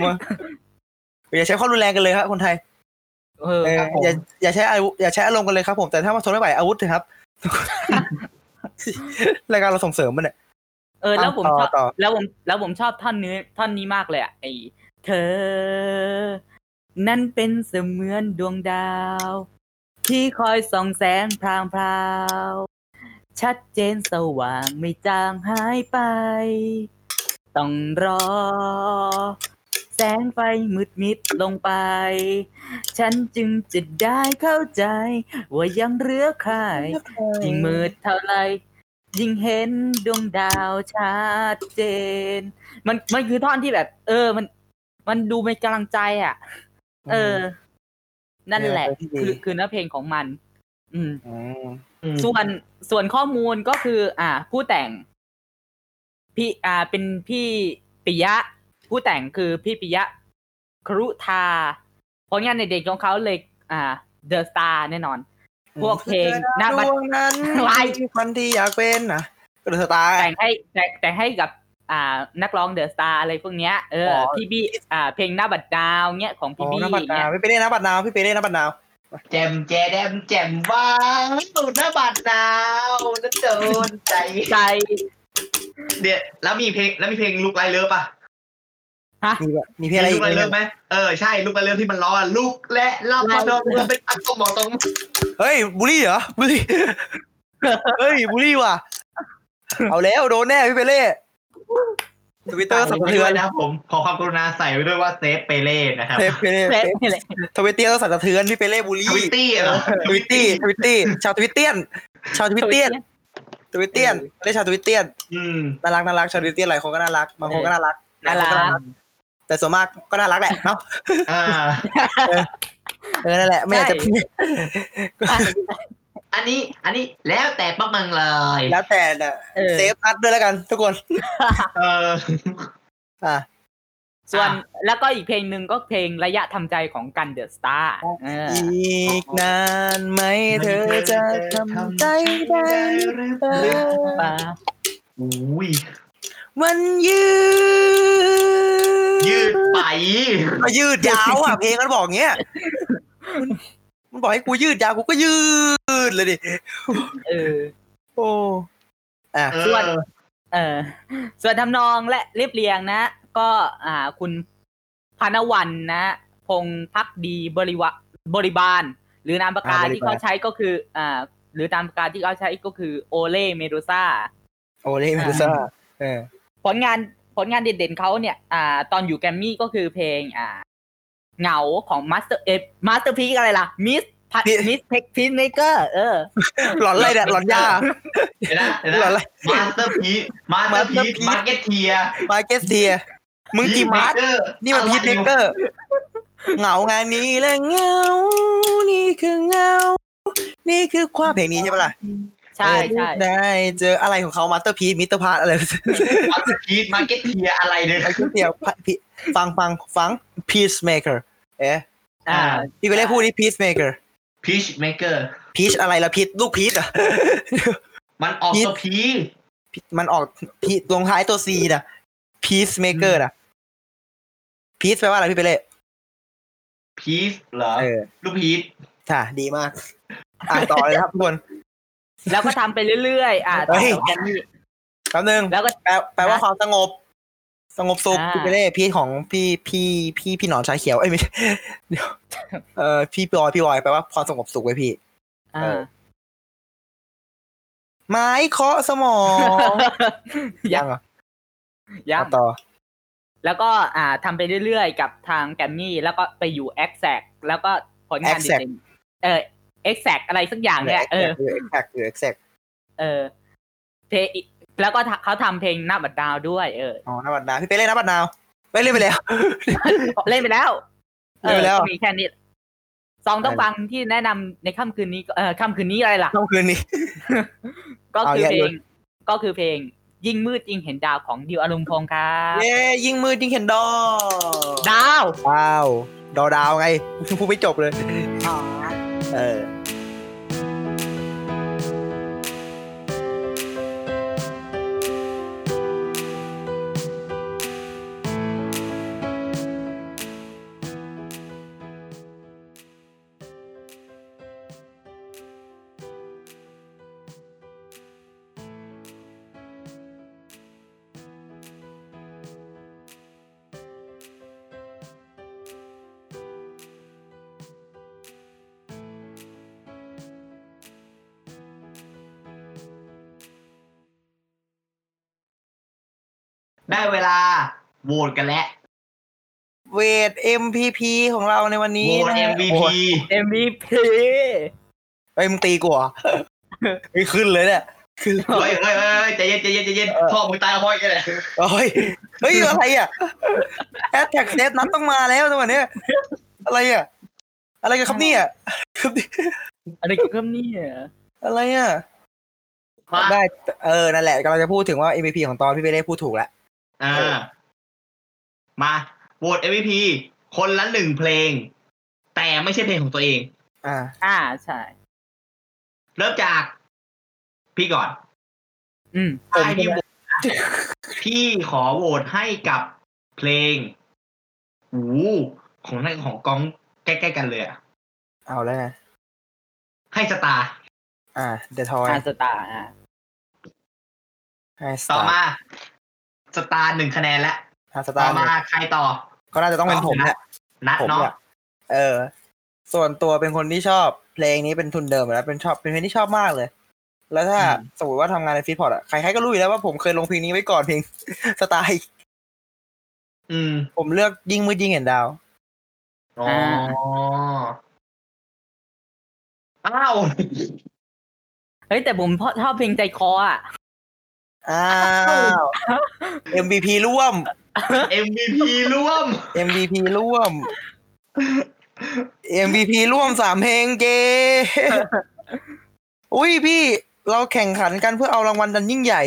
[SPEAKER 1] มาอย่าใช้ความรุนแรงกันเลยครับคนไทย
[SPEAKER 3] เออ
[SPEAKER 1] เออ
[SPEAKER 3] ครับผม
[SPEAKER 1] อย่าอย่าใช้อาวุธอย่าใช้อารมณ์กันเลยครับผมแต่ถ้ามาทนไม่ไหวอาวุธเถอะครับ [LAUGHS] รายการเราส่งเสริมมันเนี่ย
[SPEAKER 3] เออ แล้วผม
[SPEAKER 1] ต่
[SPEAKER 3] ชอ
[SPEAKER 1] อบ ต่อ
[SPEAKER 3] แล้วผมแล้วผมชอบท่อนนี้ท่อนนี้มากเลยอ่ะไอเธอ นั่นเป็นเสมือนดวงดาว ที่คอยส่องแสงพรางพราว ชัดเจนสว่างไม่จางหายไป ต้องรอ แสงไฟมืดมิดลงไป ฉันจึงจะได้เข้าใจ ว่ายังเหลือใคร ยิ่งมืดเท่าไร ยิ่งเห็นดวงดาวชัดเจน มันมันคือท่อนที่แบบ เออ มัน มันดูเป็นกำลังใจอ่ะ เออ นั่นแหละ คือคือเนื้อเพลงของมัน อืม
[SPEAKER 1] ม
[SPEAKER 3] ส่วนส่วนข้อมูลก็คือ อ่า ผู้แต่ง พี่อ่าเป็นพี่ปิยะ ผู้แต่งคือพี่ปิยะ ครุธาผลงานในเด็กๆของเขาเลย อ่า The Star แน่นอน พวกเพลงหน้าบัตร
[SPEAKER 1] ดวงนั้น
[SPEAKER 3] ไว้
[SPEAKER 1] คนที่อยากเป็นนะก็เดอะสตาร์
[SPEAKER 3] แต่งให้แต่งแต่งให้กับอ่านักร้องเดอะสตาร์อะไรพวกเนี้ยเออ
[SPEAKER 1] อ๋อ
[SPEAKER 3] พี่บี้อ่าเพลงหน้าบัดดาวเนี้ยของ
[SPEAKER 1] อ๋
[SPEAKER 3] พี่
[SPEAKER 1] อ
[SPEAKER 3] บี้
[SPEAKER 1] หน้าบัตรนา
[SPEAKER 3] เนี้
[SPEAKER 1] วยพี่ไปเล่นหน้าบัตรนาวพี่ไปเล่นหน้าบัตรนาว
[SPEAKER 2] แจมแจแดมแจมว้าวสุดหน้าบัดดาวนะโดนใจ
[SPEAKER 3] ใจ
[SPEAKER 2] เดี๋ยวแล้วมีเพลงแล้วมีเพลงลูกไรเลิฟป่ะ
[SPEAKER 1] มีแบบมีเพลงอะไร
[SPEAKER 2] มี
[SPEAKER 1] อี
[SPEAKER 2] ลู
[SPEAKER 1] ก
[SPEAKER 2] กไร
[SPEAKER 1] ไหม
[SPEAKER 2] เลิฟไหมเออใช่ลูกไรเลิฟที่มันร้องอะลูกและลาบโดนเป็นอักตบอกตรง
[SPEAKER 1] เฮ้ยบุรี่เหรอบุ
[SPEAKER 3] [LAUGHS]
[SPEAKER 1] รี่ เฮ้ยบุรี่ว่ะ เอาแล้วโดนแน่พี่เปเล่ทวิตเตอร์สั่นสะเทือน
[SPEAKER 2] นะครับผมขอความกรุณาใส่ไว้ด้วยว่าเซฟเปเล่นะครับ
[SPEAKER 1] เซฟเปเล่
[SPEAKER 3] เละนี่แหละ
[SPEAKER 1] ทวิตเตอร์สั่นสะเทือนพี่เปเล่บุ
[SPEAKER 2] ท
[SPEAKER 1] รี่
[SPEAKER 2] วิตตี้
[SPEAKER 1] [LAUGHS]
[SPEAKER 2] เหรอ
[SPEAKER 1] ทวิตตี้ทวิตตี้ชาวทวิตเตียน ชาวทวิตเตียนทวิตเตียนไม่ได้ชาวทวิตเตียน
[SPEAKER 2] อืม
[SPEAKER 1] น่ารักน่ารักชาวทวิตเตียนหลายคนก็น่ารักบางคนก็น่ารัก
[SPEAKER 3] น่ารัก
[SPEAKER 1] แต่ส่วนมากก็น่ารักแหละเนาะ
[SPEAKER 2] อ่า
[SPEAKER 1] เออนั่นแหละไม่อยากจะพูด
[SPEAKER 2] อันนี้ อันนี้แล้วแต่ประมังเลย
[SPEAKER 1] แล้วแต่นะ
[SPEAKER 3] เออ
[SPEAKER 1] เซฟนัดด้วยแล้วกัน ทุกคน
[SPEAKER 2] เออ
[SPEAKER 1] อ่ะ
[SPEAKER 3] ส่วนแล้วก็อีกเพลงหนึ่งก็เพลงระยะทำใจของกันเดอะสตาร์เออ
[SPEAKER 1] อีกนานไหมเธอจะทำใจได้หรือเปล่า
[SPEAKER 3] ปะ
[SPEAKER 2] อุ้ย
[SPEAKER 1] มันยืด
[SPEAKER 2] ยืดไป
[SPEAKER 1] มายืดยาวอ่ะเพลงมันบอกเงี้ยมันมันบอกให้กูยืดยาวกูก็ยืดเลยดิ
[SPEAKER 3] เออ
[SPEAKER 1] โอ้อ่ะ
[SPEAKER 2] เอ
[SPEAKER 3] ส่วน
[SPEAKER 2] อ
[SPEAKER 3] เออส่วนทำนองและเรียบเรียงนะ ก็อ่าคุณพานวันนะ พงษ์พักดีบริวะบริบาล หรือนามปากกาที่เขาใช้ก็คืออ่าหรือนามปากกาที่เขาใช้ก็คือโอเล่เมดูซ่า
[SPEAKER 1] โอเล่เมดูซ่าเออ
[SPEAKER 3] ผลงานผลงานเด่นๆเขาเนี่ย อ่า ตอนอยู่แกรมมี่ก็คือเพลง อ่า เหงาของมาสเตอร์เอมาสเตอร์พีอะไรล่ะมิสมิสเพกพินเมเกอร์เออ
[SPEAKER 1] หลอนอะไรเนี่ยหลอนยา
[SPEAKER 2] เดี๋ยวนะเดี๋ยว
[SPEAKER 1] หลอนอะไร
[SPEAKER 2] นะมาสเตอร์พีมาสเตอร์พี
[SPEAKER 1] Masterpiece
[SPEAKER 2] มาร์เก็ตเทีย
[SPEAKER 1] มาเกสเทียมึงกี่มาร์ท นี่มันพีทเมเกอร์ เหงางานนี้และเหงา นี่คือเหงา นี่คือความเพลงนี้ใช่ปะล่ะ
[SPEAKER 3] ใช่ใช่
[SPEAKER 1] เออได้เจออะไรของเขามาสเตอร์พีมิสเตอร์พาร์ [LAUGHS] อะไร
[SPEAKER 2] มาสเตอร์พีมาร์เก็ตเทียอะไรเนี่ย
[SPEAKER 1] เดียวพี่ฟังฟังฟังพีชเมเกอร์เอ๊ะ
[SPEAKER 3] อ่า
[SPEAKER 1] พี่ไปเรียกพูดนี่พีชเมเกอร์
[SPEAKER 2] พีชเมเกอร์
[SPEAKER 1] พีชอะไรละพีชลูกพีชอ่ะ
[SPEAKER 2] มันออก
[SPEAKER 1] Peace
[SPEAKER 2] ตัวพี
[SPEAKER 1] มันออกพีตรงท้ายตัวซีนะพีชเมเกอร์นะพีชแปลว่าอะไรพี่ไปเล่
[SPEAKER 2] พีชเหรอ
[SPEAKER 1] เออ
[SPEAKER 2] ลูกพีช
[SPEAKER 1] ค่ะ ดีมาก อ่านต่อเลยนะครับทุ [LAUGHS] กคน
[SPEAKER 3] แล้วก็ทำไปเรื่อยๆ อ่าต่อ
[SPEAKER 1] เฮ้ย
[SPEAKER 3] จากแกรมมี่
[SPEAKER 1] แป๊บนึง
[SPEAKER 3] แล้วก็
[SPEAKER 1] แปลแปลว่าความสงบ สงบสุข
[SPEAKER 3] อ่า
[SPEAKER 1] พี่เปเล่พี่ของพี่พี่พี่พี่หนอนชาเขียวเอ้ยไม่ [LAUGHS] ใช่เดี๋ยวเออพี่บอยพี่บอยแปลว่าความสงบสุขไว้ยพี่
[SPEAKER 3] อ่า
[SPEAKER 1] ไม้เคาะสมอง
[SPEAKER 3] ยั
[SPEAKER 1] ยัง งเหรอ
[SPEAKER 3] [LAUGHS] ยั
[SPEAKER 1] เอา
[SPEAKER 3] ง
[SPEAKER 1] ต่อ
[SPEAKER 3] แล้วก็อ่าทำไปเรื่อยๆ กับทางแกรมมี่แล้วก็ไปอยู่แอ็กแซกแล้วก็ผลงานเด่นๆเออเอ็กแซกอะไรสักอย่างเนี่ยเออ
[SPEAKER 1] เออ exact เออ exact
[SPEAKER 3] เออเพลงแล้วก็ทะเขาทำเพลงหน้าบัดดาวด้วย เออ
[SPEAKER 1] อ๋อน้าบัดนาวพี่เปเล่น้าบัดนาว ไม่เล่นไปแล้ว [LAUGHS]
[SPEAKER 3] เล่นไปแล้ว
[SPEAKER 1] เล่นไปแล้ว
[SPEAKER 3] ออมีแค่นี้สองต้องฟังที่แนะนำในค่ำคืนนี้เอ่อค่ำคืนนี้อะไรล่ะ
[SPEAKER 1] ค่ำคืนนี้
[SPEAKER 3] ก็
[SPEAKER 1] เอา
[SPEAKER 3] คือ
[SPEAKER 1] แยะ
[SPEAKER 3] เพล
[SPEAKER 1] ย
[SPEAKER 3] ง
[SPEAKER 1] ศ
[SPEAKER 3] ก็คือเพลง ยิ่งมืดยิ่งเห็นดาวของดิวอารมณ์พงษ์ครับ
[SPEAKER 1] เย้ยิ่งมืดยิ่งเห็นดอ
[SPEAKER 3] ดาว
[SPEAKER 1] ว้าวดอดาวไง [LAUGHS] พูดไม่จบเลย
[SPEAKER 3] อ๋อ
[SPEAKER 1] เออ
[SPEAKER 2] ได้เวลาโหวตกันแล้ว
[SPEAKER 1] เวท MPP ของเราในวัน
[SPEAKER 2] โห
[SPEAKER 1] นี้
[SPEAKER 2] วต
[SPEAKER 1] นะ
[SPEAKER 2] MVP
[SPEAKER 3] เอ็มวีพี
[SPEAKER 1] เฮ้ยมึงตีกูเหรอ [LAUGHS] เฮ้ยขึ้นเลยเนี่ยขึ้นเลย
[SPEAKER 2] เฮ้ยเฮ้ยเฮ้ยใจเย็นใจเย็นใจเย็นพ่อมึงตายพ่อแกเลย
[SPEAKER 1] โอ้ยเฮ้ยอะไรอ่ะแอดแท็กเซตนั้นต้องมาแล้วจังหวะเนี้ยอะไรอ่ะอะไรกันครับเนี่ยครับเนี่ย
[SPEAKER 3] อะไรกันครับเนี่ย
[SPEAKER 1] อะไรอ่ะ
[SPEAKER 2] มา
[SPEAKER 1] ได้เออนั่นแหละกำลังจะพูดถึงว่า MVP ของตอนพี่เบเล่พูดถูกแล้ว
[SPEAKER 2] อ่ามาโหวต MVP คนละหนึ่งเพลง แต่ไม่ใช่เพลงของตัวเอง
[SPEAKER 1] อ่า
[SPEAKER 3] อ่าใช่
[SPEAKER 2] เริ่มจาก พี่ก่อน
[SPEAKER 3] อืม
[SPEAKER 1] ผม
[SPEAKER 2] ให้พี่โหวตนะพี่ขอโหวตให้กับเพลงหูของนั่นของกองใกล้ๆกันเลยอะ
[SPEAKER 1] เอาแล้วไง
[SPEAKER 2] ให้สตาร์
[SPEAKER 1] อ่าเดทอย
[SPEAKER 3] อาสตาร์อ่า
[SPEAKER 2] ต่อมา สตาร์หนึ่งคะแนนแล้ว
[SPEAKER 1] ส
[SPEAKER 2] ต่
[SPEAKER 1] ตา
[SPEAKER 2] อ
[SPEAKER 1] ร์
[SPEAKER 2] มาใครต่อ
[SPEAKER 1] ก็น่าจะต้องเป็นผมแหละ
[SPEAKER 2] นัด
[SPEAKER 1] ผม
[SPEAKER 2] เนาะ
[SPEAKER 1] อะเออ ส่วนตัวเป็นคนที่ชอบเพลงนี้เป็นทุนเดิมอยู่แล้วเป็นชอบเป็นเพลงที่ชอบมากเลย แล้วถ้าสมมติว่าทำงานในฟีดพอร์ตอะใครๆก็รู้อยู่แล้วว่าผมเคยลงเพลงนี้ไว้ก่อนเพลง [LAUGHS] สไตล์
[SPEAKER 2] อืม
[SPEAKER 1] ผมเลือกยิ่งมืดยิ่งเห็นดาว
[SPEAKER 2] อ๋ออ้าว
[SPEAKER 3] เฮ้ยแต่ผมชอบเพลงใจคออ่ะ
[SPEAKER 1] อ้าว MVP ร่วม
[SPEAKER 2] เอ็มบีพีร่วม
[SPEAKER 1] MVP ร่วม MVP ร่วมสามเพลง [LAUGHS] เก อุ้ยพี่เราแข่งขันกันเพื่อเอารางวัลดันยิ่งใหญ่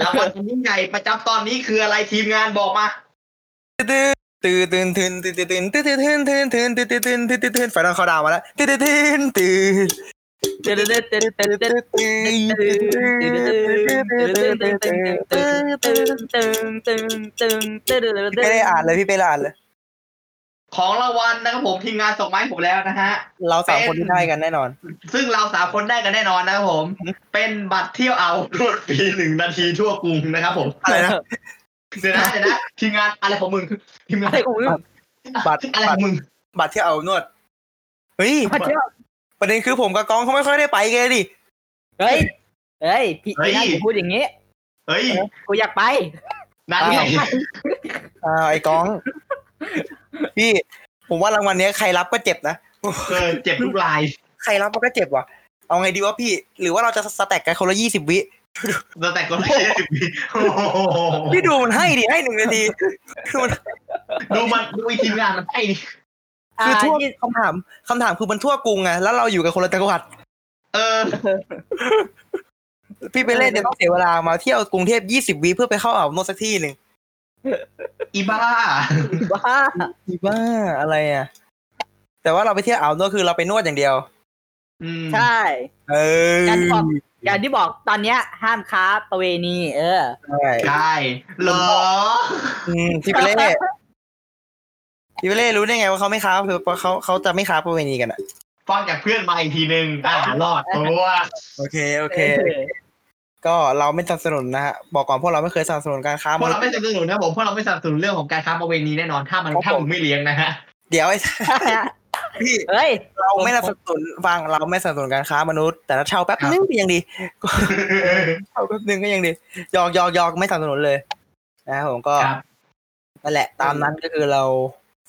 [SPEAKER 2] รางวัลยิ่งใหญ่ประจำตอนนี้คืออะไรทีมงานบอกมา
[SPEAKER 1] ตื่นตื่นตื่นตื่นตื่นตื่นตื่นตื่นตื่นตื่นตื่นตื่นตื่นตื่นตื่นตื่นไฟนอลเขาดาวมาแล้วตื่นตื่นตื่นตื่นพี่ไม่ได้อ่านเลยพี่ไม่ได้อ่านเลย
[SPEAKER 2] ของรางวัลนะครับผมทีมงานส่งมาให้ผมแล้วนะฮะ
[SPEAKER 1] เราสามคนที่ได้กันแน่นอน
[SPEAKER 2] ซึ่งเราสามคนได้กันแน่นอนนะครับผม เป็นบัตรเที่ยวเอารวดฟรีหนึ่งนาทีทั่วกรุงนะครับผม
[SPEAKER 1] อะไรนะ
[SPEAKER 2] เดี๋ยวนะเดี๋ยวนะทีมงานอะไรของมึงทีมงาน
[SPEAKER 1] บัตร
[SPEAKER 2] อะไร
[SPEAKER 1] บั
[SPEAKER 2] ขอ
[SPEAKER 1] ตรง
[SPEAKER 2] มึง
[SPEAKER 1] บัตรที่เอานวดเฮ้ยประเด็นคือผมกับกองเขาไม่ค่อยได้ไปกันดิ
[SPEAKER 2] เฮ้ยนั่นไง
[SPEAKER 1] อ่าไอ้กอง พี่ผมว่ารางวัลเนี้ยใครรับก็เจ็บนะ
[SPEAKER 2] เออเจ็บทุกราย
[SPEAKER 1] ใครรับมันก็เจ็บว่ะเอาไงดีวะพี่ หรือว่าเราจะสแต็กกันคนละยี่สิบวิ
[SPEAKER 2] ตั้งแต่ก็ไล่สิบปีโอ้โห
[SPEAKER 1] พี่ดูมันให้ดิให้หนึ่งนาทีคือมัน
[SPEAKER 2] ดูมันดูไอ้ทีมงานมันไอ้ดิ
[SPEAKER 1] คือทั่วคำถามคำถามคือมันทั่วกรุงไงแล้วเราอยู่กับคนละจังหวัด
[SPEAKER 2] เออ
[SPEAKER 1] พี่ไปเล่นเนี่ยต้องเสียเวลามาเที่ยวกรุงเทพยี่สิบวิเพื่อไปเข้าอ่าวนนท์สักที่หนึ่ง
[SPEAKER 2] อีบ้า
[SPEAKER 1] อีบ้าอะไรอ่ะแต่ว่าเราไปเที่ยวอ่าวนวดคือเราไปนวดอย่างเดียว
[SPEAKER 2] อืม
[SPEAKER 1] เออ
[SPEAKER 3] การออก อย่างที่บอกตอนเนี้ยห้ามค้าประเวณี เออ
[SPEAKER 1] ใช่
[SPEAKER 2] ใช่เหรอ
[SPEAKER 1] อืมพี่ไปเล่นพี่ไปเล่นรู้ได้ไงว่าเขาไม่ค้าคือเขาเขาจะไม่ค้าประเวณีกันอ่ะ
[SPEAKER 2] ฟังจากเพื่อนมาอีกทีนึงอ่ารอดตัว
[SPEAKER 1] โอเคโอเค ก็เราไม่สนับสนุนนะฮะบอกก่อนพวกเราไม่เคยสนับสนุนการค้า
[SPEAKER 2] พวกเรา
[SPEAKER 1] ษย์
[SPEAKER 2] ไม่สนับสนุนนะผมพวกเราไม่สนับสนุนเรื่องของการค้าประเวณีแน่นอนถ้ามัน
[SPEAKER 1] ครับผม
[SPEAKER 2] ถ้ามึงไม่เลี้ยงนะฮะ
[SPEAKER 1] เดี๋ยวไอ้พี่
[SPEAKER 3] เฮ้ย
[SPEAKER 1] เราไม่สนับสนุนฟังเราไม่สนับสนุนการค้ามนุษย์ แต่ถ้าเช่าแป๊บนึงก็ยังดี เช่าแป๊บนึงก็ยังดีหยอกหยอกหยอกไม่สนับสนุนเลยนะครับผมก็
[SPEAKER 2] ครับ
[SPEAKER 1] นั่นแหละ ตามนั้นก็คือเรา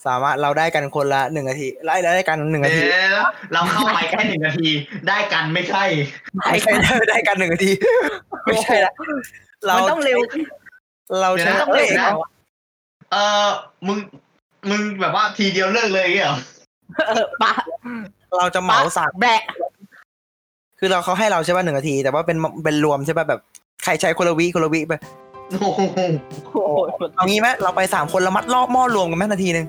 [SPEAKER 1] สามารถเราได้กันคนละหนึ่งนาทีไล่ได้กันหนึ่ง
[SPEAKER 2] เดี๋
[SPEAKER 1] นาที
[SPEAKER 2] ยวเราเข้าไปแค่หนึ่งนาที ได้กันไม่ใช่
[SPEAKER 1] ไม่ใช่ได้กันหนึ่งนาทีไม่ใช่ละเรา
[SPEAKER 3] มันต้องเร็ว
[SPEAKER 1] เราใช้
[SPEAKER 2] เดี๋ยวนะ
[SPEAKER 1] เอ้ย
[SPEAKER 2] นะ เออมึง มึงแบบว่าทีเดียวเลิกเลยอย่างเงี้ยเหรอ
[SPEAKER 3] เออปะ
[SPEAKER 1] เราจะเหมาสัก
[SPEAKER 3] แบะ
[SPEAKER 1] คือเราเขาให้เราใช่ป่ะหนึ่งนาที แต่ว่าเป็นเป็นรวมใช่ป่ะแบบใครใช้คนละวิคนละวิไป
[SPEAKER 2] โอ้โห
[SPEAKER 3] โอ้ย
[SPEAKER 1] เอางี้ไหมเราไปสามคนเรามัดรอบหม้อรวมกันไหมนาทีหนึ่ง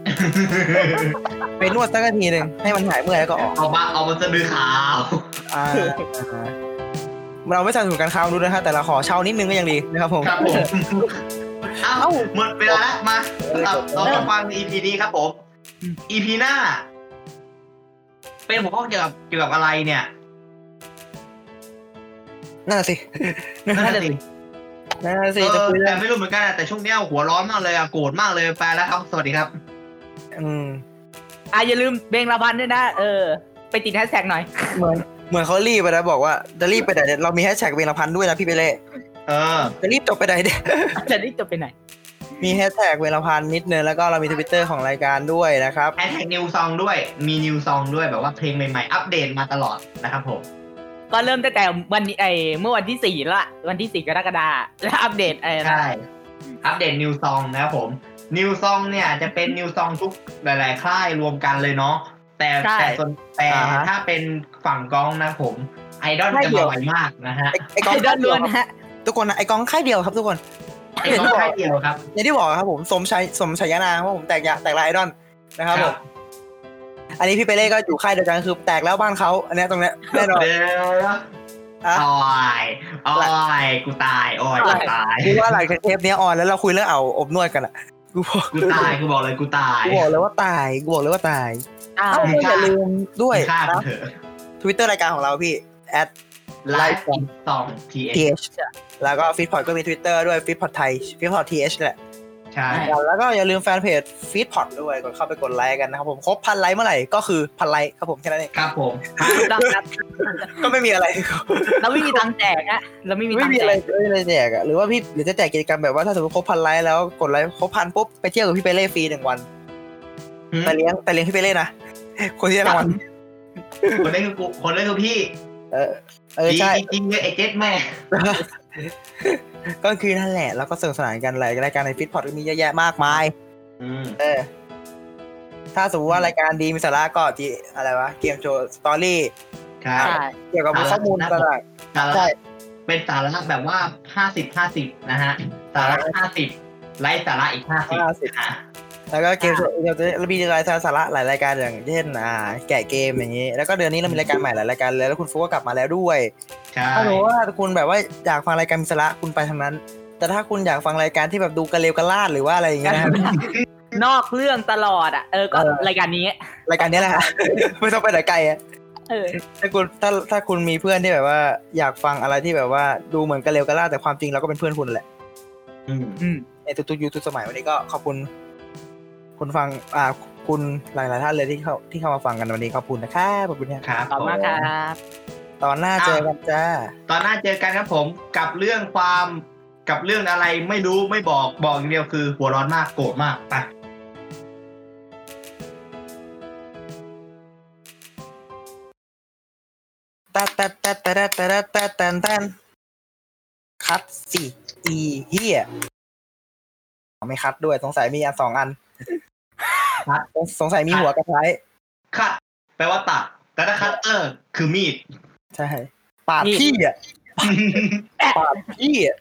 [SPEAKER 1] ไปนวดสักนาทีหนึ่งให้มันหายเมื่อยแล้วก็ออก
[SPEAKER 2] เอามาเอามาสะดือขาว
[SPEAKER 1] อ่าเราไม่สนับสนุนการค้ามนุษย์นะฮะแต่เราขอเช่านิดนึงก็ยังดีนะครับผม
[SPEAKER 2] ครับผมเอ้า
[SPEAKER 1] เอ้า
[SPEAKER 2] หมดเวลาแล้วมาเราเรามาฟัง EP นี้ครับผม EP หน้า เป็นหัวข้อเกี่ยวกับเกี่ยวกับอะไรเนี่ย
[SPEAKER 1] น่าสิ
[SPEAKER 2] นั่นนะสิ
[SPEAKER 1] น่า
[SPEAKER 2] เอ
[SPEAKER 1] สิ จะ
[SPEAKER 2] อ
[SPEAKER 1] คุยเรื่
[SPEAKER 2] แต่
[SPEAKER 1] อง
[SPEAKER 2] ไม่รู้เหมือนกันอะแต่ช่วงเนี้ยหัวร้อนมากเลยอะโกรธมากเลยไปแล้วครับ สวัสดีครับ
[SPEAKER 1] อืม
[SPEAKER 3] อ่ะอย่าลืมเบงละพันด้วยนะเออ ไปติดแฮชแท็กหน่อย
[SPEAKER 1] เหมือนเหมือนเขารีบไปนะบอกว่าจะรีบไปไหนเนี่ยเรามีแฮชแท็กเวลพันธุ์ด้วยนะพี่เปเล่
[SPEAKER 2] เออ
[SPEAKER 1] จะรีบจบไปไหน [LAUGHS] เนี่ย
[SPEAKER 3] จะได้จบไปไหน
[SPEAKER 1] มีแฮชแท็กเวลพันธุ์นิดนึงแล้วก็เรามีทวิตเตอร์ของรายการด้วยนะครับ
[SPEAKER 2] แฮชแท็กนิวซองด้วย มีนิวซองด้วยแบบว่าเพลงใหม่ๆ อัปเดตมาตลอดนะครับผม
[SPEAKER 3] ก็เริ่มตั้งแต่วันนี้ไอเมื่อวันที่สี่ละวันที่สี่กรกฎาแล้วอัปเดตไอ้นะ
[SPEAKER 2] ใช่ อัปเดตนิวซองนะครับผมนิวซองเนี่ยจะเป็นนิวซองทุกหลาย ๆ ค่ายรวมกันเลยเนาะแต่
[SPEAKER 3] ใช่
[SPEAKER 2] แต่ส่วนแต่
[SPEAKER 1] อ่าฮะ
[SPEAKER 2] ถ้าเป็นฝั่งกองนะผม ไอดอล
[SPEAKER 1] ค่าย
[SPEAKER 2] จะ
[SPEAKER 1] เดีย
[SPEAKER 2] มาว ไวมากนะฮะ
[SPEAKER 1] ไอ้ไอ้กอ
[SPEAKER 3] ไอง ดอ
[SPEAKER 1] ค่า
[SPEAKER 3] ล
[SPEAKER 1] ยเดี
[SPEAKER 3] ล้
[SPEAKER 1] ยว
[SPEAKER 3] วน
[SPEAKER 1] ครับ
[SPEAKER 3] ฮะ
[SPEAKER 1] ทุกคนนะไอ้กองค่ายเดียวครับทุกคน
[SPEAKER 2] ไอดอลค่ายเดียวครับ
[SPEAKER 1] อย่างที่บอกครับผมสมชัยสมชัยนาว่าผมแตกยาแตกลายไอดอนนะครับผมอันนี้พี่เปเล่ก็อยู่ค่ายเดียวกันคือแตกแล้วบ้านเขาอันเนี้ยตรงเนี้ [LAUGHS] ยแน่นอน
[SPEAKER 2] เดี๋ยว
[SPEAKER 1] อ่ะ
[SPEAKER 2] ออยออยกูตายออยกูตาย
[SPEAKER 1] คิดว่าหลังจากเทปเนี้ยออนแล้วเราคุยเรื่องเอาอบนวดกันอะกูบอก
[SPEAKER 2] กูตายกูบอกเลยกูตาย
[SPEAKER 1] กูบอกเลยว่าตายกูบอกเลยว่าตาย
[SPEAKER 3] อ่า
[SPEAKER 1] เอ้าอย่าลืมด้วย
[SPEAKER 2] ฆ่ากู
[SPEAKER 1] นะ
[SPEAKER 2] เถอะ
[SPEAKER 1] ทวิตเตอร์รายการของเราพี่ at
[SPEAKER 2] ไลฟ์ซองทีเอ
[SPEAKER 1] th แล้วก็ฟิตพอร์ตก็มีทวิตเตอร์ด้วยฟิตพอร์ตไทยฟิตพอร์ต th แหละ
[SPEAKER 2] ใช่
[SPEAKER 1] แล้วก็อย่าลืมแฟนเพจฟิตพอร์ตด้วยกดเข้าไปกดไลค์กันนะครับผมครบพันไลค์เมื่อไหร่ก็คือพันไลค์ครับผมแค่นั้นเอง
[SPEAKER 2] ครับผม
[SPEAKER 3] ถูกต้องครับ
[SPEAKER 1] ก็ไม่
[SPEAKER 2] [LAUGHS]
[SPEAKER 1] มีอะไร
[SPEAKER 3] เราไม่มีตังค์แจกอะเราไม่มี
[SPEAKER 1] ไม่
[SPEAKER 3] ตังค์
[SPEAKER 1] มี
[SPEAKER 3] แจ
[SPEAKER 1] อะไร
[SPEAKER 3] ก
[SPEAKER 1] ไม่มีอะไรแจกอะหรือว่าพี่หรือจะแจกกิจกรรมแบบว่าถ้าสมมติครบพันไลค์แล้วกดไลค์ครบพันปุ๊บไปเที่ยวกับพี่เปเล่ฟรีหนึ่งวันแต่เลี้ยงแต่เลี้ยงพี่เปเล่นะคนที่ได้รางวัล
[SPEAKER 2] คนนั้นคือกูคนนั้นคือพี่
[SPEAKER 1] เออใช่
[SPEAKER 2] จริงๆเลยไอเจ็ดแม่
[SPEAKER 1] ก็คือนั่นแหละแล้วก็สนุกสนานกันหลายรายการในฟิตพอร์ตก็มีเยอะแยะมากมาย
[SPEAKER 2] อืม
[SPEAKER 1] เออ ถ้าสมมติว่ารายการดีมีสาระก็ที่อะไรวะ เกมโชว์สตอรี่
[SPEAKER 2] ครับ
[SPEAKER 3] ใช่
[SPEAKER 1] เกี่ยวกับ
[SPEAKER 2] สาระ
[SPEAKER 1] ข้อมูล
[SPEAKER 2] นะ
[SPEAKER 1] ต่าง
[SPEAKER 2] สา
[SPEAKER 1] ๆ
[SPEAKER 2] ระ
[SPEAKER 1] ใช่
[SPEAKER 2] เป็นสาระแบบว่าห้าสิบห้าสิบนะฮะ สาระห้าสิบไร้สาระอีกห้าสิบ
[SPEAKER 1] 50 แล้วก็เกมโชว์เรามีรายการสาระหลายรายการอย่างเช่นอ่า แกะเกมอย่างนี้ แล้วก็เดือนนี้เรามีรายการใหม่หลายรายการเลยแล้วคุณฟุกก็กลับมาแล้วด้วย
[SPEAKER 2] ใช่
[SPEAKER 1] ถ้าสมมติว่าคุณแบบว่าอยากฟังรายการมีสาระคุณไปทางนั้น แต่ถ้าคุณอยากฟังรายการที่แบบดูกระเลวกระลาดหรือว่าอะไรอย่างเงี้ยนะ
[SPEAKER 3] นอกเรื่องตลอดอะเออก็
[SPEAKER 1] เออ
[SPEAKER 3] รายการนี้
[SPEAKER 1] รายการเนี้ยแหละฮ [LAUGHS] ะ ไม่ต้องไปไหนไกลอะ
[SPEAKER 3] เออ
[SPEAKER 1] ถ้าคุณถ้าถ้าคุณมีเพื่อนที่แบบว่า อยากฟังอะไรที่แบบว่าดูเหมือนกันเร็วกันล่าแต่ความจริงเราก็เป็นเพื่อนคุณแหละ
[SPEAKER 2] อืม
[SPEAKER 3] อืม
[SPEAKER 1] ในทุกๆยุคทุกสมัยวันนี้ก็ขอบคุณ คุณฟังอ่าคุณหลาย ๆ ท่านเลยที่เข้าที่เข้ามาฟังกันวันนี้ขอบคุณนะครับขอบคุณนะครับ
[SPEAKER 3] ขอบ
[SPEAKER 2] ผม
[SPEAKER 3] คุณมากครับ
[SPEAKER 1] ตอนหน้าเจอกันจ้า
[SPEAKER 2] ตอนหน้าเจอกันครับผมกับเรื่องความกับเรื่องอะไรไม่รู้ไม่บอกบอกอย่างเดียวคือ หัวร้อนมากโกรธมากไป
[SPEAKER 1] ตัดตัดตัดตัดตัดตัดตัดตัดคัดสี่อีเฮียเอาไม่คัดด้วยสงสัยมีอันสองอันสงสัยมีหัวกระท้าย
[SPEAKER 2] คัดแปลว่าตัดแต่ถ้าคัตเตอร์ คือมีด
[SPEAKER 1] ใช่ปาดพี่อ่ะปาดพี่อ่ะ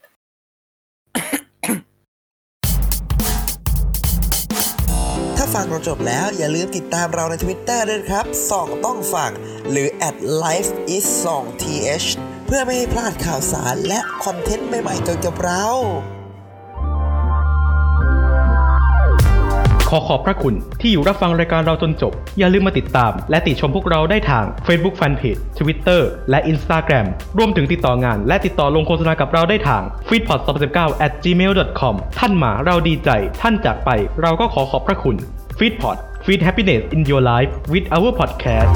[SPEAKER 1] ถ้าฟังเราจบแล้วอย่าลืมติดตามเราใน Twitter ด้วยนะครับส่องต้องฟัง หรือ at life is 2 th เพื่อไม่ให้พลาดข่าวสารและคอนเทนต์ใหม่ๆเกี่ยวกับเรา
[SPEAKER 4] ขอขอบพระคุณที่อยู่รับฟังรายการเราจนจบ อย่าลืมมาติดตาม และติชมพวกเราได้ทาง Facebook Fanpage Twitter และ Instagram รวมถึงติดต่องาน และติดต่อลงโฆษณากับเราได้ทาง f e e d p o t 2 9 at gmail.com ท่านมาเราดีใจ ท่านจากไปเราก็ขอขอบพระคุณ f e e d p o t Feed Happiness in Your Life with our podcast